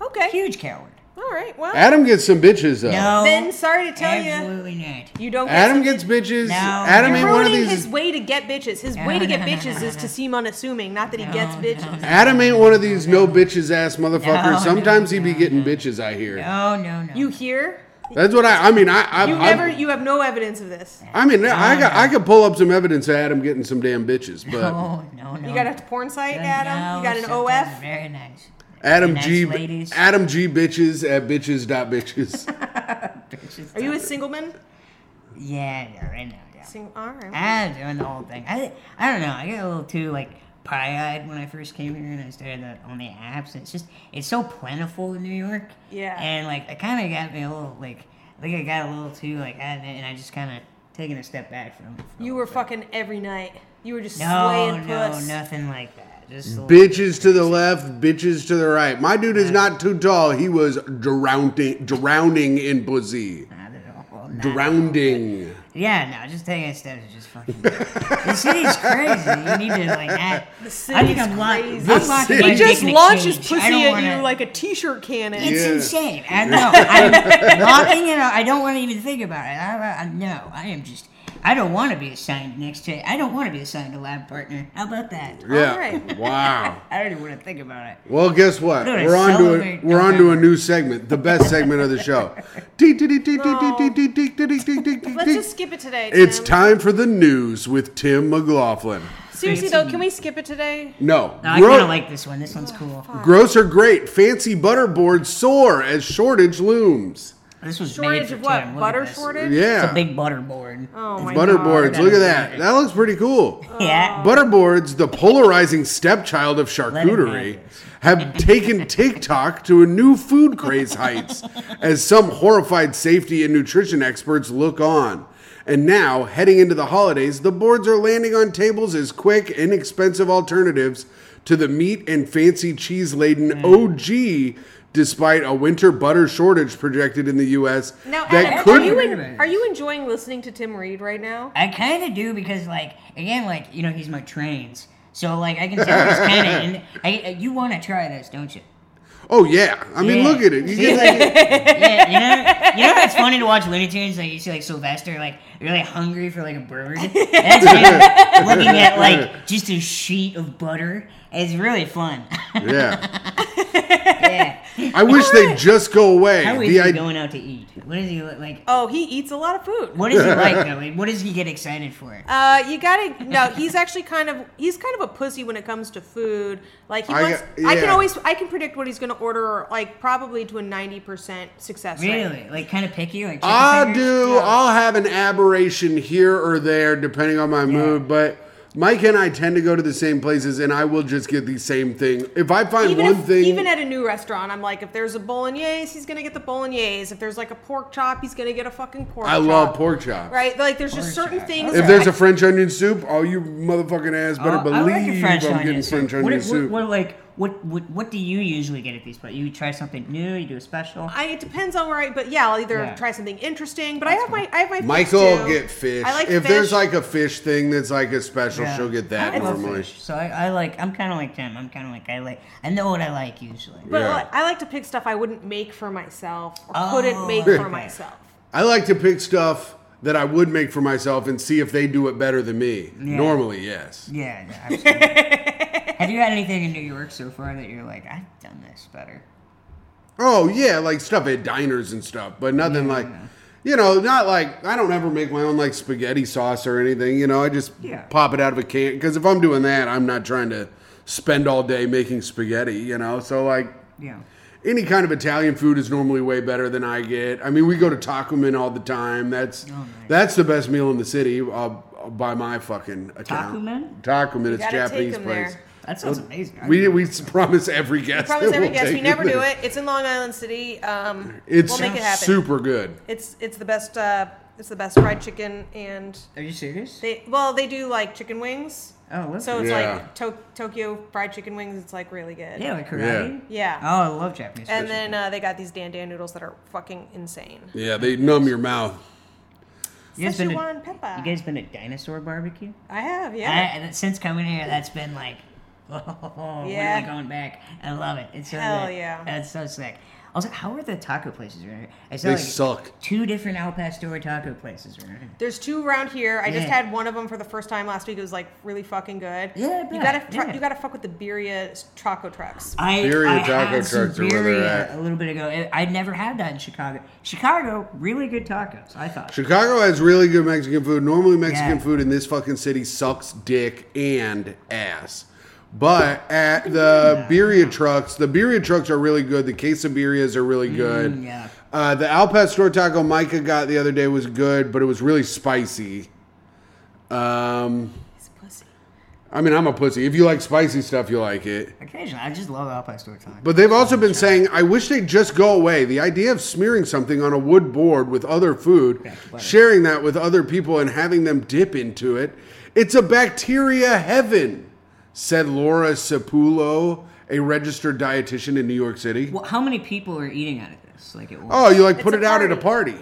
B: Okay.
C: Huge coward.
B: All right. Well,
A: Adam gets some bitches though.
C: No.
B: then sorry to tell you,
C: absolutely not.
B: you don't. Get
A: Adam
B: some-
A: gets bitches.
C: No.
A: Adam ain't
B: You're
A: one of
B: ruining
A: these.
B: his way to get bitches. His
C: No,
B: way to
C: no,
B: get
C: no, no,
B: bitches
C: no,
B: is
C: no.
B: to seem unassuming, not that he
C: No,
B: gets
C: no.
B: bitches.
A: Adam ain't one of these no bitches ass motherfuckers.
C: No,
A: Sometimes
C: no,
A: he be
C: no,
A: getting bitches. I hear.
C: No, no, no.
B: You hear?
A: That's what I. I mean, I. I
B: You
A: I,
B: never. You have no evidence of this.
A: I mean,
C: Oh,
A: I got. I could pull up some evidence of Adam getting some damn bitches, but
C: No, no, no.
B: You got a porn site,
C: No,
B: Adam. You got an
C: sometimes
B: OF.
C: Very nice.
A: Adam
C: Nice
A: G.
C: ladies.
A: Adam G. Bitches at bitches dot bitches.
C: Bitches.
B: Are you a single man?
C: Yeah, yeah, right now. Yeah.
B: Single. All right.
C: I'm doing the whole thing. I, I don't know. I got a little too like pie-eyed when I first came here, and I started that on the apps. And it's just it's so plentiful in New York.
B: Yeah.
C: And like I kind of got me a little like I think I got a little too like adamant, and I just kind of taken a step back from. it.
B: You were fucking every night. You were just
C: no,
B: slaying
C: no,
B: puss.
C: nothing like that. Just a little-
A: bitches to the left, bitches to the right. My dude is not too tall. He was drowning, drowning in pussy.
C: Not at all. Not-
A: Drowning.
C: yeah, no, just taking a step is just fucking. the city's crazy. You need to like. Not, the I think
B: city's
C: I'm lock-
B: crazy.
C: I'm
A: The
C: locking
A: city-
C: my
B: He just
C: dick in a
B: launches
C: cage. I
B: pussy
C: don't
B: at
C: wanna-
B: you like a t-shirt cannon.
C: It's
A: Yeah.
C: insane. I know. I'm walking it. I don't want to even think about it. I, I, no, I am just. I don't want to be assigned next to. I don't want to be assigned a lab partner. How about that?
A: Yeah.
B: right.
A: Wow.
C: I don't even want to think about it.
A: Well, guess what?
C: Dude, I
A: We're on to a,
C: celebrate
A: we're on to a
C: November.
A: new segment, the best segment of the show. Dee, dee, dee, dee, dee, dee, dee, dee, dee, dee, dee, dee, dee,
B: Let's
A: dee.
B: just skip it today.
A: It's
B: Tim.
A: time for the news with Tim McLaughlin.
B: Seriously though, can we skip it today?
A: No,
C: No, I
A: gro-
C: kind of like this one. This
B: Oh,
C: one's cool.
A: gross are great. Fancy butter boards soar as shortage looms.
C: This was made
B: Shortage
C: for
B: of what?
C: Tim. Look at
B: Butter
C: this.
B: shortage?
A: Yeah,
C: It's a big butter board.
B: Oh my
A: butter
B: god.
A: boards. Look at that. That looks pretty cool.
C: Yeah.
A: Butter boards, the polarizing stepchild of
C: him have
A: charcuterie,
C: this.
A: have taken TikTok to a new food craze heights as some horrified safety and nutrition experts look on. And now, heading into the holidays, the boards are landing on tables as quick, inexpensive alternatives to the meat and fancy cheese laden OG. Despite a winter butter shortage projected in the U.S.,
B: Now,
A: that
B: Adam,
A: could
B: are you en- are you enjoying listening to Tim Reed right now?
C: I kind of do because, like, again, like you know, he's my trains. So like I can tell he's kind of. I, you want to try this, don't you?
A: Oh yeah, I mean
C: Yeah.
A: look at it. You get like,
C: Yeah, you know, you know it's funny to watch Looney Tunes. Like you see, like Sylvester, like really hungry for like a bird. That's him looking at like just a sheet of butter. It's really fun.
A: yeah.
C: yeah,
A: I wish they'd just go away.
C: how
A: The
C: is he
A: idea.
C: going out to eat? What does he look like?
B: Oh, he eats a lot of food.
C: What is he like though? Like, What does he get excited for?
B: Uh, you gotta no. He's actually kind of he's kind of a pussy when it comes to food. Like he
A: I
B: wants.
A: got-
B: I can
A: yeah.
B: always I can predict what he's gonna order. Like probably to a ninety percent success rate.
C: Really, like kind of picky, like chicken
A: I
C: fingers?
A: do. I'll have an aberration here or there depending on my mood, but Mike and I tend to go to the same places, and I will just get the same thing. If I find
B: Even
A: one
B: if,
A: thing,
B: even at a new restaurant, I'm like, if there's a bolognese, he's gonna get the bolognese. If there's like a pork chop, he's gonna get a fucking pork.
A: I
B: chop.
A: love pork chop.
B: Right? Like there's just
C: Pork
B: certain
C: chop.
B: things.
A: If there's a French onion soup, all you motherfucking ass better
C: Oh,
A: believe
C: a
A: I'm getting
C: soup.
A: French
C: what,
A: onion
C: what-
A: soup.
C: what, like what, what what do you usually get at these? But you try something new, you do a special.
B: I, it depends on where I, but yeah, I'll either
C: Yeah.
B: try something interesting, but I have my, I have my. fish,
A: Michael will
B: too.
A: get fish.
B: I like
A: if
B: fish.
A: there's like a fish thing that's like a special,
C: Yeah.
A: she'll get that
C: I love
A: normally.
C: fish, so I, I like. I'm kind of like Tim. I'm kind of like I like. I know what I like usually.
B: But
A: Yeah.
B: like, I like to pick stuff I wouldn't make for myself or couldn't make for
C: Oh, okay.
B: myself.
A: I like to pick stuff that I would make for myself and see if they do it better than me. Normally, yes.
C: Yeah. yeah absolutely. Have you had anything in New York so far that you're like I've done this better?
A: Oh yeah, like stuff at diners and stuff, but nothing like, you know, not like I don't ever make my own like spaghetti sauce or anything. You know, I just
C: Yeah.
A: pop it out of a can because if I'm doing that, I'm not trying to spend all day making spaghetti. You know, so like
C: Yeah.
A: any kind of Italian food is normally way better than I get. I mean, we go to Taco Man all the time. That's
C: Oh, nice.
A: that's the best meal in the city uh, by my fucking account.
C: Taco Man?
A: Taco Man. It's
B: gotta take
A: Japanese
B: them
A: place.
B: there.
C: That sounds amazing. I
A: We, we promise every guest.
B: Promise
A: that
B: every
A: we'll
B: guest
A: take
B: we never
A: them
B: do
A: there.
B: it. It's in Long Island City. Um,
A: It's
B: we'll make it happen.
A: super good.
B: It's it's the best. Uh, it's the best fried chicken, and
C: Are you serious?
B: they well they do like chicken wings.
C: oh, what's
B: So it's
A: Yeah.
B: like to- Tokyo fried chicken wings. It's like really good.
C: yeah, like karate.
B: Yeah.
C: Oh, I love Japanese.
B: And
C: food.
B: then uh, they got these dan dan noodles that are fucking insane.
A: Yeah, they numb your mouth.
C: you guys been to,
B: Szechuan pepper.
C: you guys been to Dinosaur Barbecue?
B: I have,
C: I,
B: yeah.
C: and since coming here, that's been like, oh,
B: Yeah.
C: we're going back. I love it. It's so
B: Hell
C: good.
B: yeah.
C: That's so sick. Also, how are the taco places around here? I saw
A: They
C: like
A: suck.
C: two different Al Pastor taco places around here.
B: There's two around here. I just
C: Yeah.
B: had one of them for the first time last week. It was like really fucking good.
C: Yeah, I
B: you
C: bet,
B: gotta tr-
C: yeah.
B: you gotta fuck with the birria taco trucks.
C: I,
A: Birria
C: I
A: taco
C: had some
A: trucks are where they're
C: birria
A: at.
C: a little bit ago. I- I'd never had that in Chicago. Chicago, really good tacos. I thought.
A: Chicago has really good Mexican food. Normally, Mexican
C: Yeah.
A: food in this fucking city sucks dick and ass. But at the birria trucks, the birria trucks are really good. The quesabirrias are really good.
C: Mm, yeah.
A: Uh, the Al Pastor taco Micah got the other day was good, but it was really spicy. Um,
B: It's pussy.
A: I mean, I'm a pussy. If you like spicy stuff, you like it.
C: Occasionally, I just love Al Pastor tacos.
A: But they've also been saying, I wish they'd just go away. The idea of smearing something on a wood board with other food, sharing that with other people, and having them dip into it, it's a bacteria heaven, said Laura Sapulo, a registered dietitian in New York City.
C: well, how many people are eating out of this? Like it was.
A: Oh, you like put
B: a
A: it out at a party.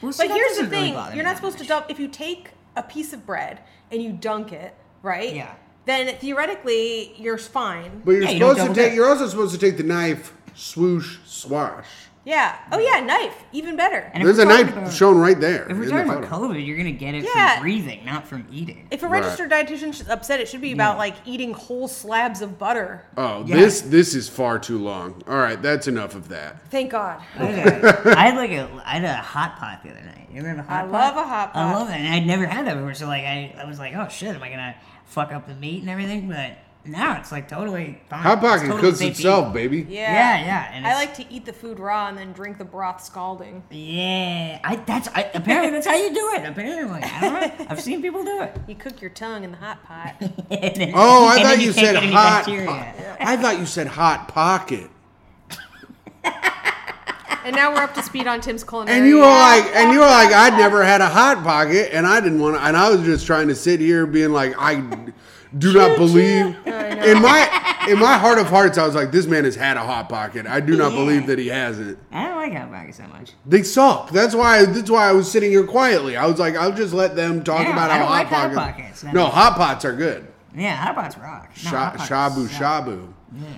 C: well, see,
B: But
C: that
B: here's the
C: doesn't really
B: thing:
C: bother
B: you're
C: me
B: not
C: that
B: supposed to
C: much.
B: dump. If you take a piece of bread and you dunk it, right?
C: Yeah.
B: Then theoretically, you're fine.
A: But you're
C: Yeah, you don't
A: supposed to
C: double
A: take
C: dip.
A: you're also supposed to take the knife, swoosh, swash.
B: yeah. Oh yeah, knife, even better.
C: And if
A: There's
C: we're
A: a
C: talking
A: knife
C: about-
A: shown right there.
C: If we're
A: in
C: talking
A: the
C: about
A: photo.
C: COVID, you're gonna get it
B: Yeah.
C: from breathing, not from eating.
B: if a
A: Right.
B: registered dietitian should upset, it should be about like eating whole slabs of butter.
A: Oh,
C: Yeah.
A: this this is far too long. All right, that's enough of that.
B: Thank God.
C: I had like a I had a hot pot the other night. You ever have a hot
B: I
C: pot?
B: love a hot
C: I
B: pot.
C: love it, and I'd never had that before. So like I, I was like, oh shit, am I gonna fuck up the meat and everything? But now it's like totally fine.
A: Hot
C: It's
A: pocket
C: totally
A: cooks
C: safe to
A: itself,
C: eat.
A: baby.
B: Yeah.
C: Yeah, yeah, and
B: I
C: it's-
B: like to eat the food raw and then drink the broth scalding.
C: Yeah, I that's I, apparently that's how you do it. Apparently, I don't know. I've seen people do it.
B: You cook your tongue in the hot pot.
C: And then-
A: Oh, I
C: and
A: thought
C: then
A: you,
C: can't
A: said
C: get any
A: hot.
C: bacteria.
A: po- I thought you said hot pocket.
B: and now we're up to speed on Tim's culinary.
A: And you were like, and you were like, I'd never had a hot pocket, and I didn't want to. And I was just trying to sit here being like, I do not believe in my in my heart of hearts. I was like, this man has had a hot pocket. I do not
C: Yeah.
A: believe that he hasn't.
C: I don't like hot pockets that much.
A: They suck. That's why. That's why I was sitting here quietly. I was like, I'll just let them talk
C: Yeah,
A: about
C: I
A: how
C: don't
A: hot
C: like hot
A: pockets.
C: pockets.
A: No, hot pots are good.
C: Yeah, Autobots rock. No,
A: Sha-
C: Autobots
A: shabu
C: suck.
A: shabu.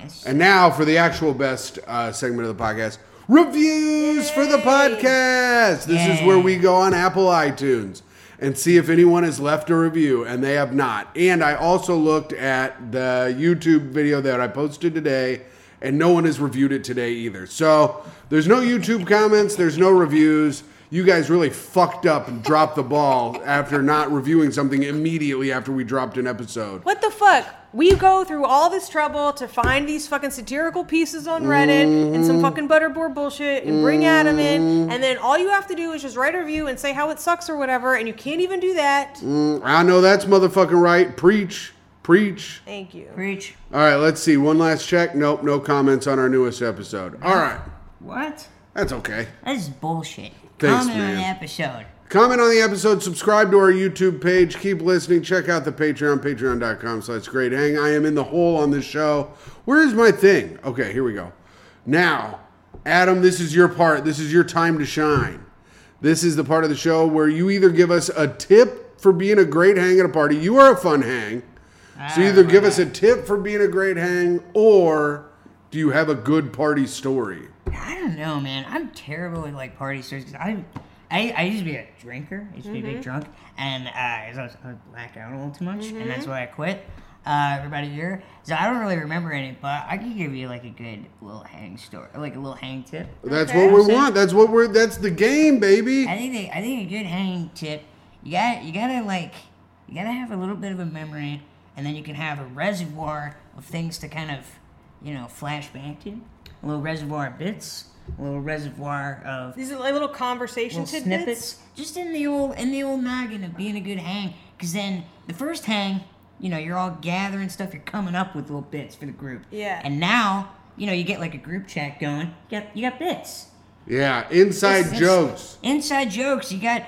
C: Yes.
A: And now for the actual best uh, segment of the podcast reviews for the podcast. This is
C: Yay.
A: where we go on Apple iTunes and see if anyone has left a review, and they have not. And I also looked at the YouTube video that I posted today. And no one has reviewed it today either. So there's no YouTube comments, there's no reviews. You guys really fucked up and dropped the ball after not reviewing something immediately after we dropped an episode.
B: What the fuck? We go through all this trouble to find these fucking satirical pieces on Reddit and some fucking butterboard bullshit and bring Adam in, and then all you have to do is just write a review and say how it sucks or whatever, and you can't even do that.
A: I know that's motherfucking right. Preach. Preach.
B: Thank you.
C: Preach.
A: All right, let's see. One last check. Nope, no comments on our newest episode. All right,
C: What?
A: that's okay.
C: That's bullshit.
A: Thanks,
C: Comment on
A: man.
C: the episode.
A: Comment on the episode, subscribe to our YouTube page, keep listening, check out the Patreon, patreon.com slash great hang. I am in the hole on this show. Where is my thing? Okay, here we go. Now, Adam, this is your part. This is your time to shine. This is the part of the show where you either give us a tip for being a great hang at a party. You are a fun hang. So you either give us a tip for being a great hang or do you have a good party story?
C: I don't know, man. I'm terrible at like party stories 'cause I'm. I, I used to be a drinker. I used to be a big drunk, and uh, 'cause I was I blacked out a little too much, and that's why I quit uh, for about a year. So I don't really remember any, but I can give you like a good little hang story, like a little hang tip.
A: That's
B: Okay.
A: what we want. That's what we're that's the game, baby.
C: I think they, I think a good hang tip. You got you gotta like you gotta have a little bit of a memory, and then you can have a reservoir of things to kind of you know flash back to. A little reservoir of bits, a little reservoir of
B: These are like little conversation
C: little
B: tidbits.
C: snippets, just in the old in the old noggin of being a good hang. Cause then the first hang, you know, you're all gathering stuff, you're coming up with little bits for the group.
B: Yeah.
C: And now you know you get like a group chat going. You got you got bits.
A: Yeah, inside
C: It's- it's
A: jokes.
C: Inside jokes. You got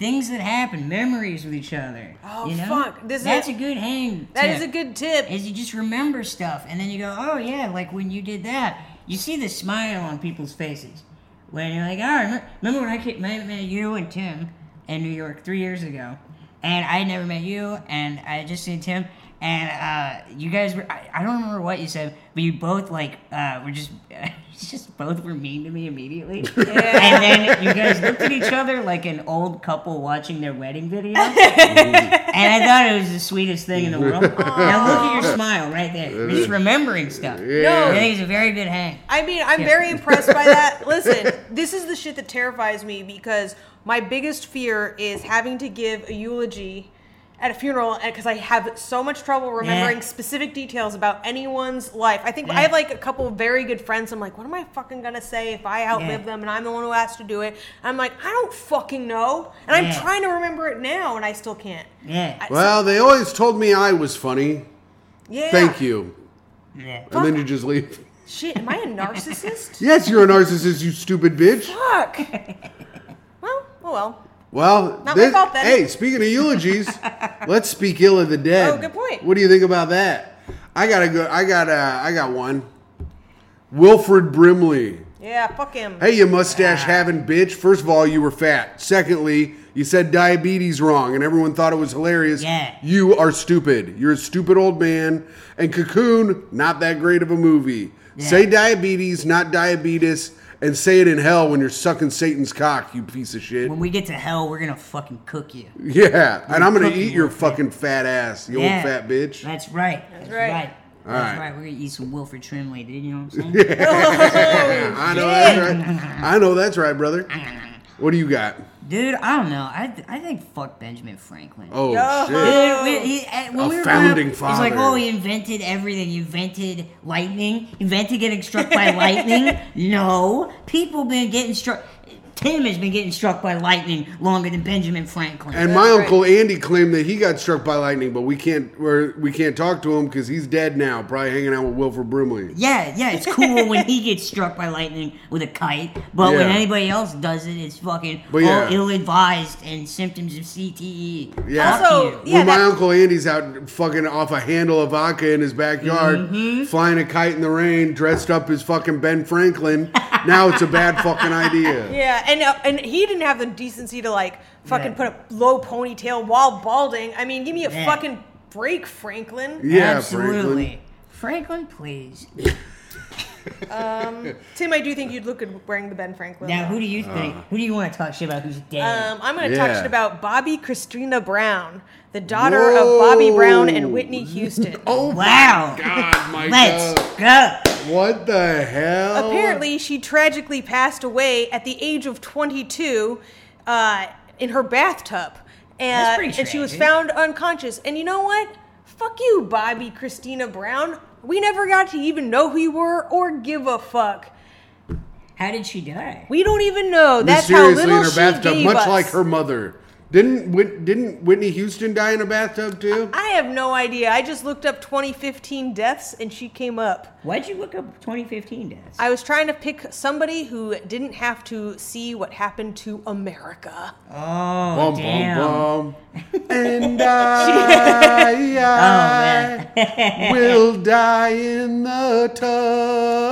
C: things that happen, memories with each other.
B: Oh,
C: you know?
B: fuck. This is
C: That's
B: a-
C: a good hang.
B: That
C: tip,
B: is a good tip.
C: Is you just remember stuff, and then you go, oh yeah, like when you did that. You see the smile on people's faces when you're like, oh, remember, remember when I ki- met, met you and Tim in New York three years ago, and I never met you, and I just seen Tim. And uh, you guys were—I I don't remember what you said, but you both like uh, were just, just both were mean to me immediately. And then you guys looked at each other like an old couple watching their wedding video. and I thought it was the sweetest thing in the world. Now look at your smile right there. You're just remembering stuff.
A: Yeah.
C: I think it's a very good hang.
B: I mean, I'm very impressed by that. Listen, this is the shit that terrifies me because my biggest fear is having to give a eulogy at a funeral because I have so much trouble remembering
C: Yeah.
B: specific details about anyone's life. I think I have like a couple of very good friends. I'm like, what am I fucking gonna say if I outlive
C: Yeah.
B: them and I'm the one who has to do it? I'm like, I don't fucking know, and I'm
C: Yeah.
B: trying to remember it now, and I still can't.
C: Yeah.
A: Well, they always told me I was funny.
B: Yeah.
A: Thank you.
C: yeah.
A: And then you just leave.
B: Shit, am I a narcissist?
A: Yes, you're a narcissist, you stupid bitch.
B: Fuck. Well, oh well.
A: Well,
B: Not my fault then.
A: hey, speaking of eulogies, let's speak ill of the dead.
B: Oh, good point.
A: What do you think about that? I got to go. I got uh, I got one. Wilfred Brimley.
B: Yeah, fuck him.
A: Hey, you mustache having bitch. First of all, you were fat. Secondly, you said diabetes wrong, and everyone thought it was hilarious.
C: Yeah.
A: You are stupid. You're a stupid old man. And Cocoon, not that great of a movie.
C: Yeah.
A: Say diabetes, not diabetes, and say it in hell when you're sucking Satan's cock, you piece of shit.
C: When we get to hell, we're gonna fucking cook you.
A: Yeah, and I'm gonna
C: cooking
A: eat your
C: Wilfred.
A: fucking fat ass, you
C: yeah.
A: old fat bitch.
C: That's right. That's,
B: right.
A: All right.
C: That's right. We're gonna eat some Wilfred Trimley, dude. You know what I'm saying?
A: Yeah, I know that's right. I know that's right, brother. What do you got?
C: Dude, I don't know. I, th- I think fuck Benjamin Franklin.
A: Oh
B: Yo.
A: shit!
C: Dude, we, he, uh, when
A: A
C: we were
A: founding
C: growing up, It's like,
A: father.
C: oh, he invented everything. He invented lightning. He invented getting struck by lightning. No, people been getting struck. Tim has been getting struck by lightning longer than Benjamin Franklin.
A: And my
B: right.
A: uncle Andy claimed that he got struck by lightning, but we can't we're, we can't talk to him because he's dead now, probably hanging out with Wilford Brimley.
C: yeah, yeah, it's cool when he gets struck by lightning with a kite, but when
A: Yeah.
C: anybody else does it, it's fucking
A: But yeah.
C: all ill-advised and symptoms of CTE.
A: Yeah.
C: Fuck
B: Also,
C: you.
B: Yeah,
A: when my
B: that-
A: uncle Andy's out fucking off a handle of vodka in his backyard,
B: Mm-hmm.
A: flying a kite in the rain, dressed up as fucking Ben Franklin, now it's a bad fucking idea.
B: Yeah, and uh, and he didn't have the decency to like fucking
C: Yeah.
B: put a low ponytail while balding. I mean, give me a
C: Yeah.
B: fucking break, Franklin.
A: Yeah,
C: Absolutely. Franklin, please.
B: Tim, I do think you'd look good wearing the Ben Franklin.
C: Now,
B: look.
C: who do you
A: Uh.
C: think? who do you want to talk shit about? Who's dead?
B: Um, I'm going to talk
A: Yeah.
B: shit about Bobby Christina Brown, the daughter of Bobby Brown and
A: Whoa.
B: Whitney Houston.
A: Oh my
C: wow.
A: God, Micah.
C: Let's go.
A: What the hell?
B: Apparently, she tragically passed away at the age of 22 uh, in her bathtub.
C: That's
B: And,
C: pretty
B: and she was
C: tragic.
B: found unconscious. And you know what? Fuck you, Bobby Christina Brown. We never got to even know who you were or give a fuck.
C: How did she die?
B: We don't even know. That's how
A: mysteriously
B: little
A: in her
B: she
A: bathtub,
B: gave
A: much
B: us.
A: like her mother. Didn't Whit- didn't Whitney Houston die in a bathtub too?
B: I have no idea. I just looked up 2015 deaths and she came up.
C: Why'd you look up 2015 deaths?
B: I was trying to pick somebody who didn't have to see what happened to America.
C: oh, damn.
A: bum bum. And I,
C: Oh,
A: I will die in the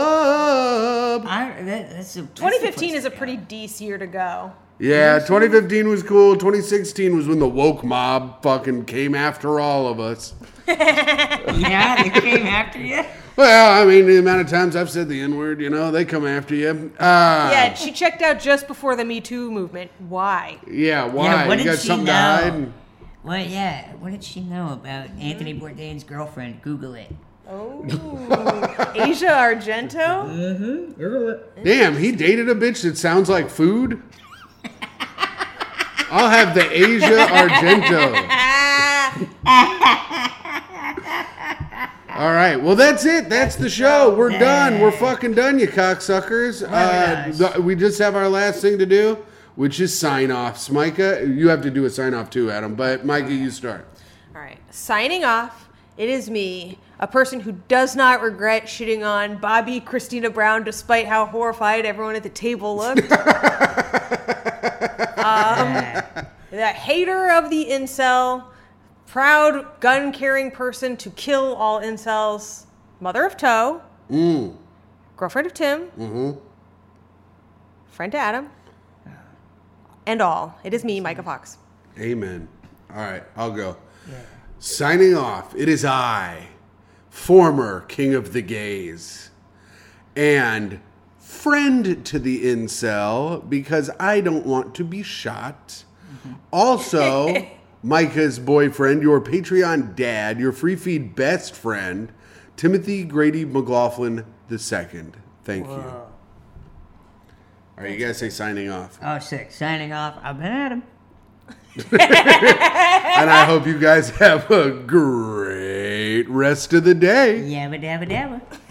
A: tub.
C: I, that, that's a, that's the
B: 2015
C: place
B: is a
C: to
B: pretty decent year to go.
A: Yeah, 2015 was cool. 2016 was when the woke mob fucking came after all of us.
C: go. Yeah, they came after you.
A: Well, I mean, the amount of times I've said the N word, you know, they come after you. Uh,
B: Yeah, she checked out just before the Me Too movement. Why?
A: Yeah, why?
C: Yeah, what
A: you
C: did
A: got
C: she
A: something
C: know?
A: to hide?
C: What? Yeah. What did she know about Anthony Bourdain's girlfriend? Google it.
B: Oh, Asia Argento?
A: Damn, he dated a bitch that sounds like food? I'll have the Asia Argento.
B: Ah,
A: All right. Well, that's it. That's the show. We're done. We're fucking done, you cocksuckers. Uh, th- we just have our last thing to do, which is sign offs. Micah, you have to do a sign off too, Adam. But Micah, you start.
B: all right. Signing off. It is me, a person who does not regret shitting on Bobby Christina Brown, despite how horrified everyone at the table looked. Um,
C: Yeah.
B: the hater of the incel, proud gun carrying person to kill all incels, mother of Toe,
A: Mm.
B: girlfriend of Tim,
A: Mm-hmm.
B: friend to Adam, and all. It is me, Micah Fox.
A: Amen. All right, I'll go. Signing off, it is I, former king of the gays, and friend to the incel because I don't want to be shot. Also, Micah's boyfriend, your Patreon dad, your free feed best friend, Timothy Grady McLaughlin II. Thank you. All right, you guys say signing off.
C: Oh, sick. Signing off. I've been Adam.
A: and I hope you guys have a great rest of the day.
C: Yabba dabba dabba.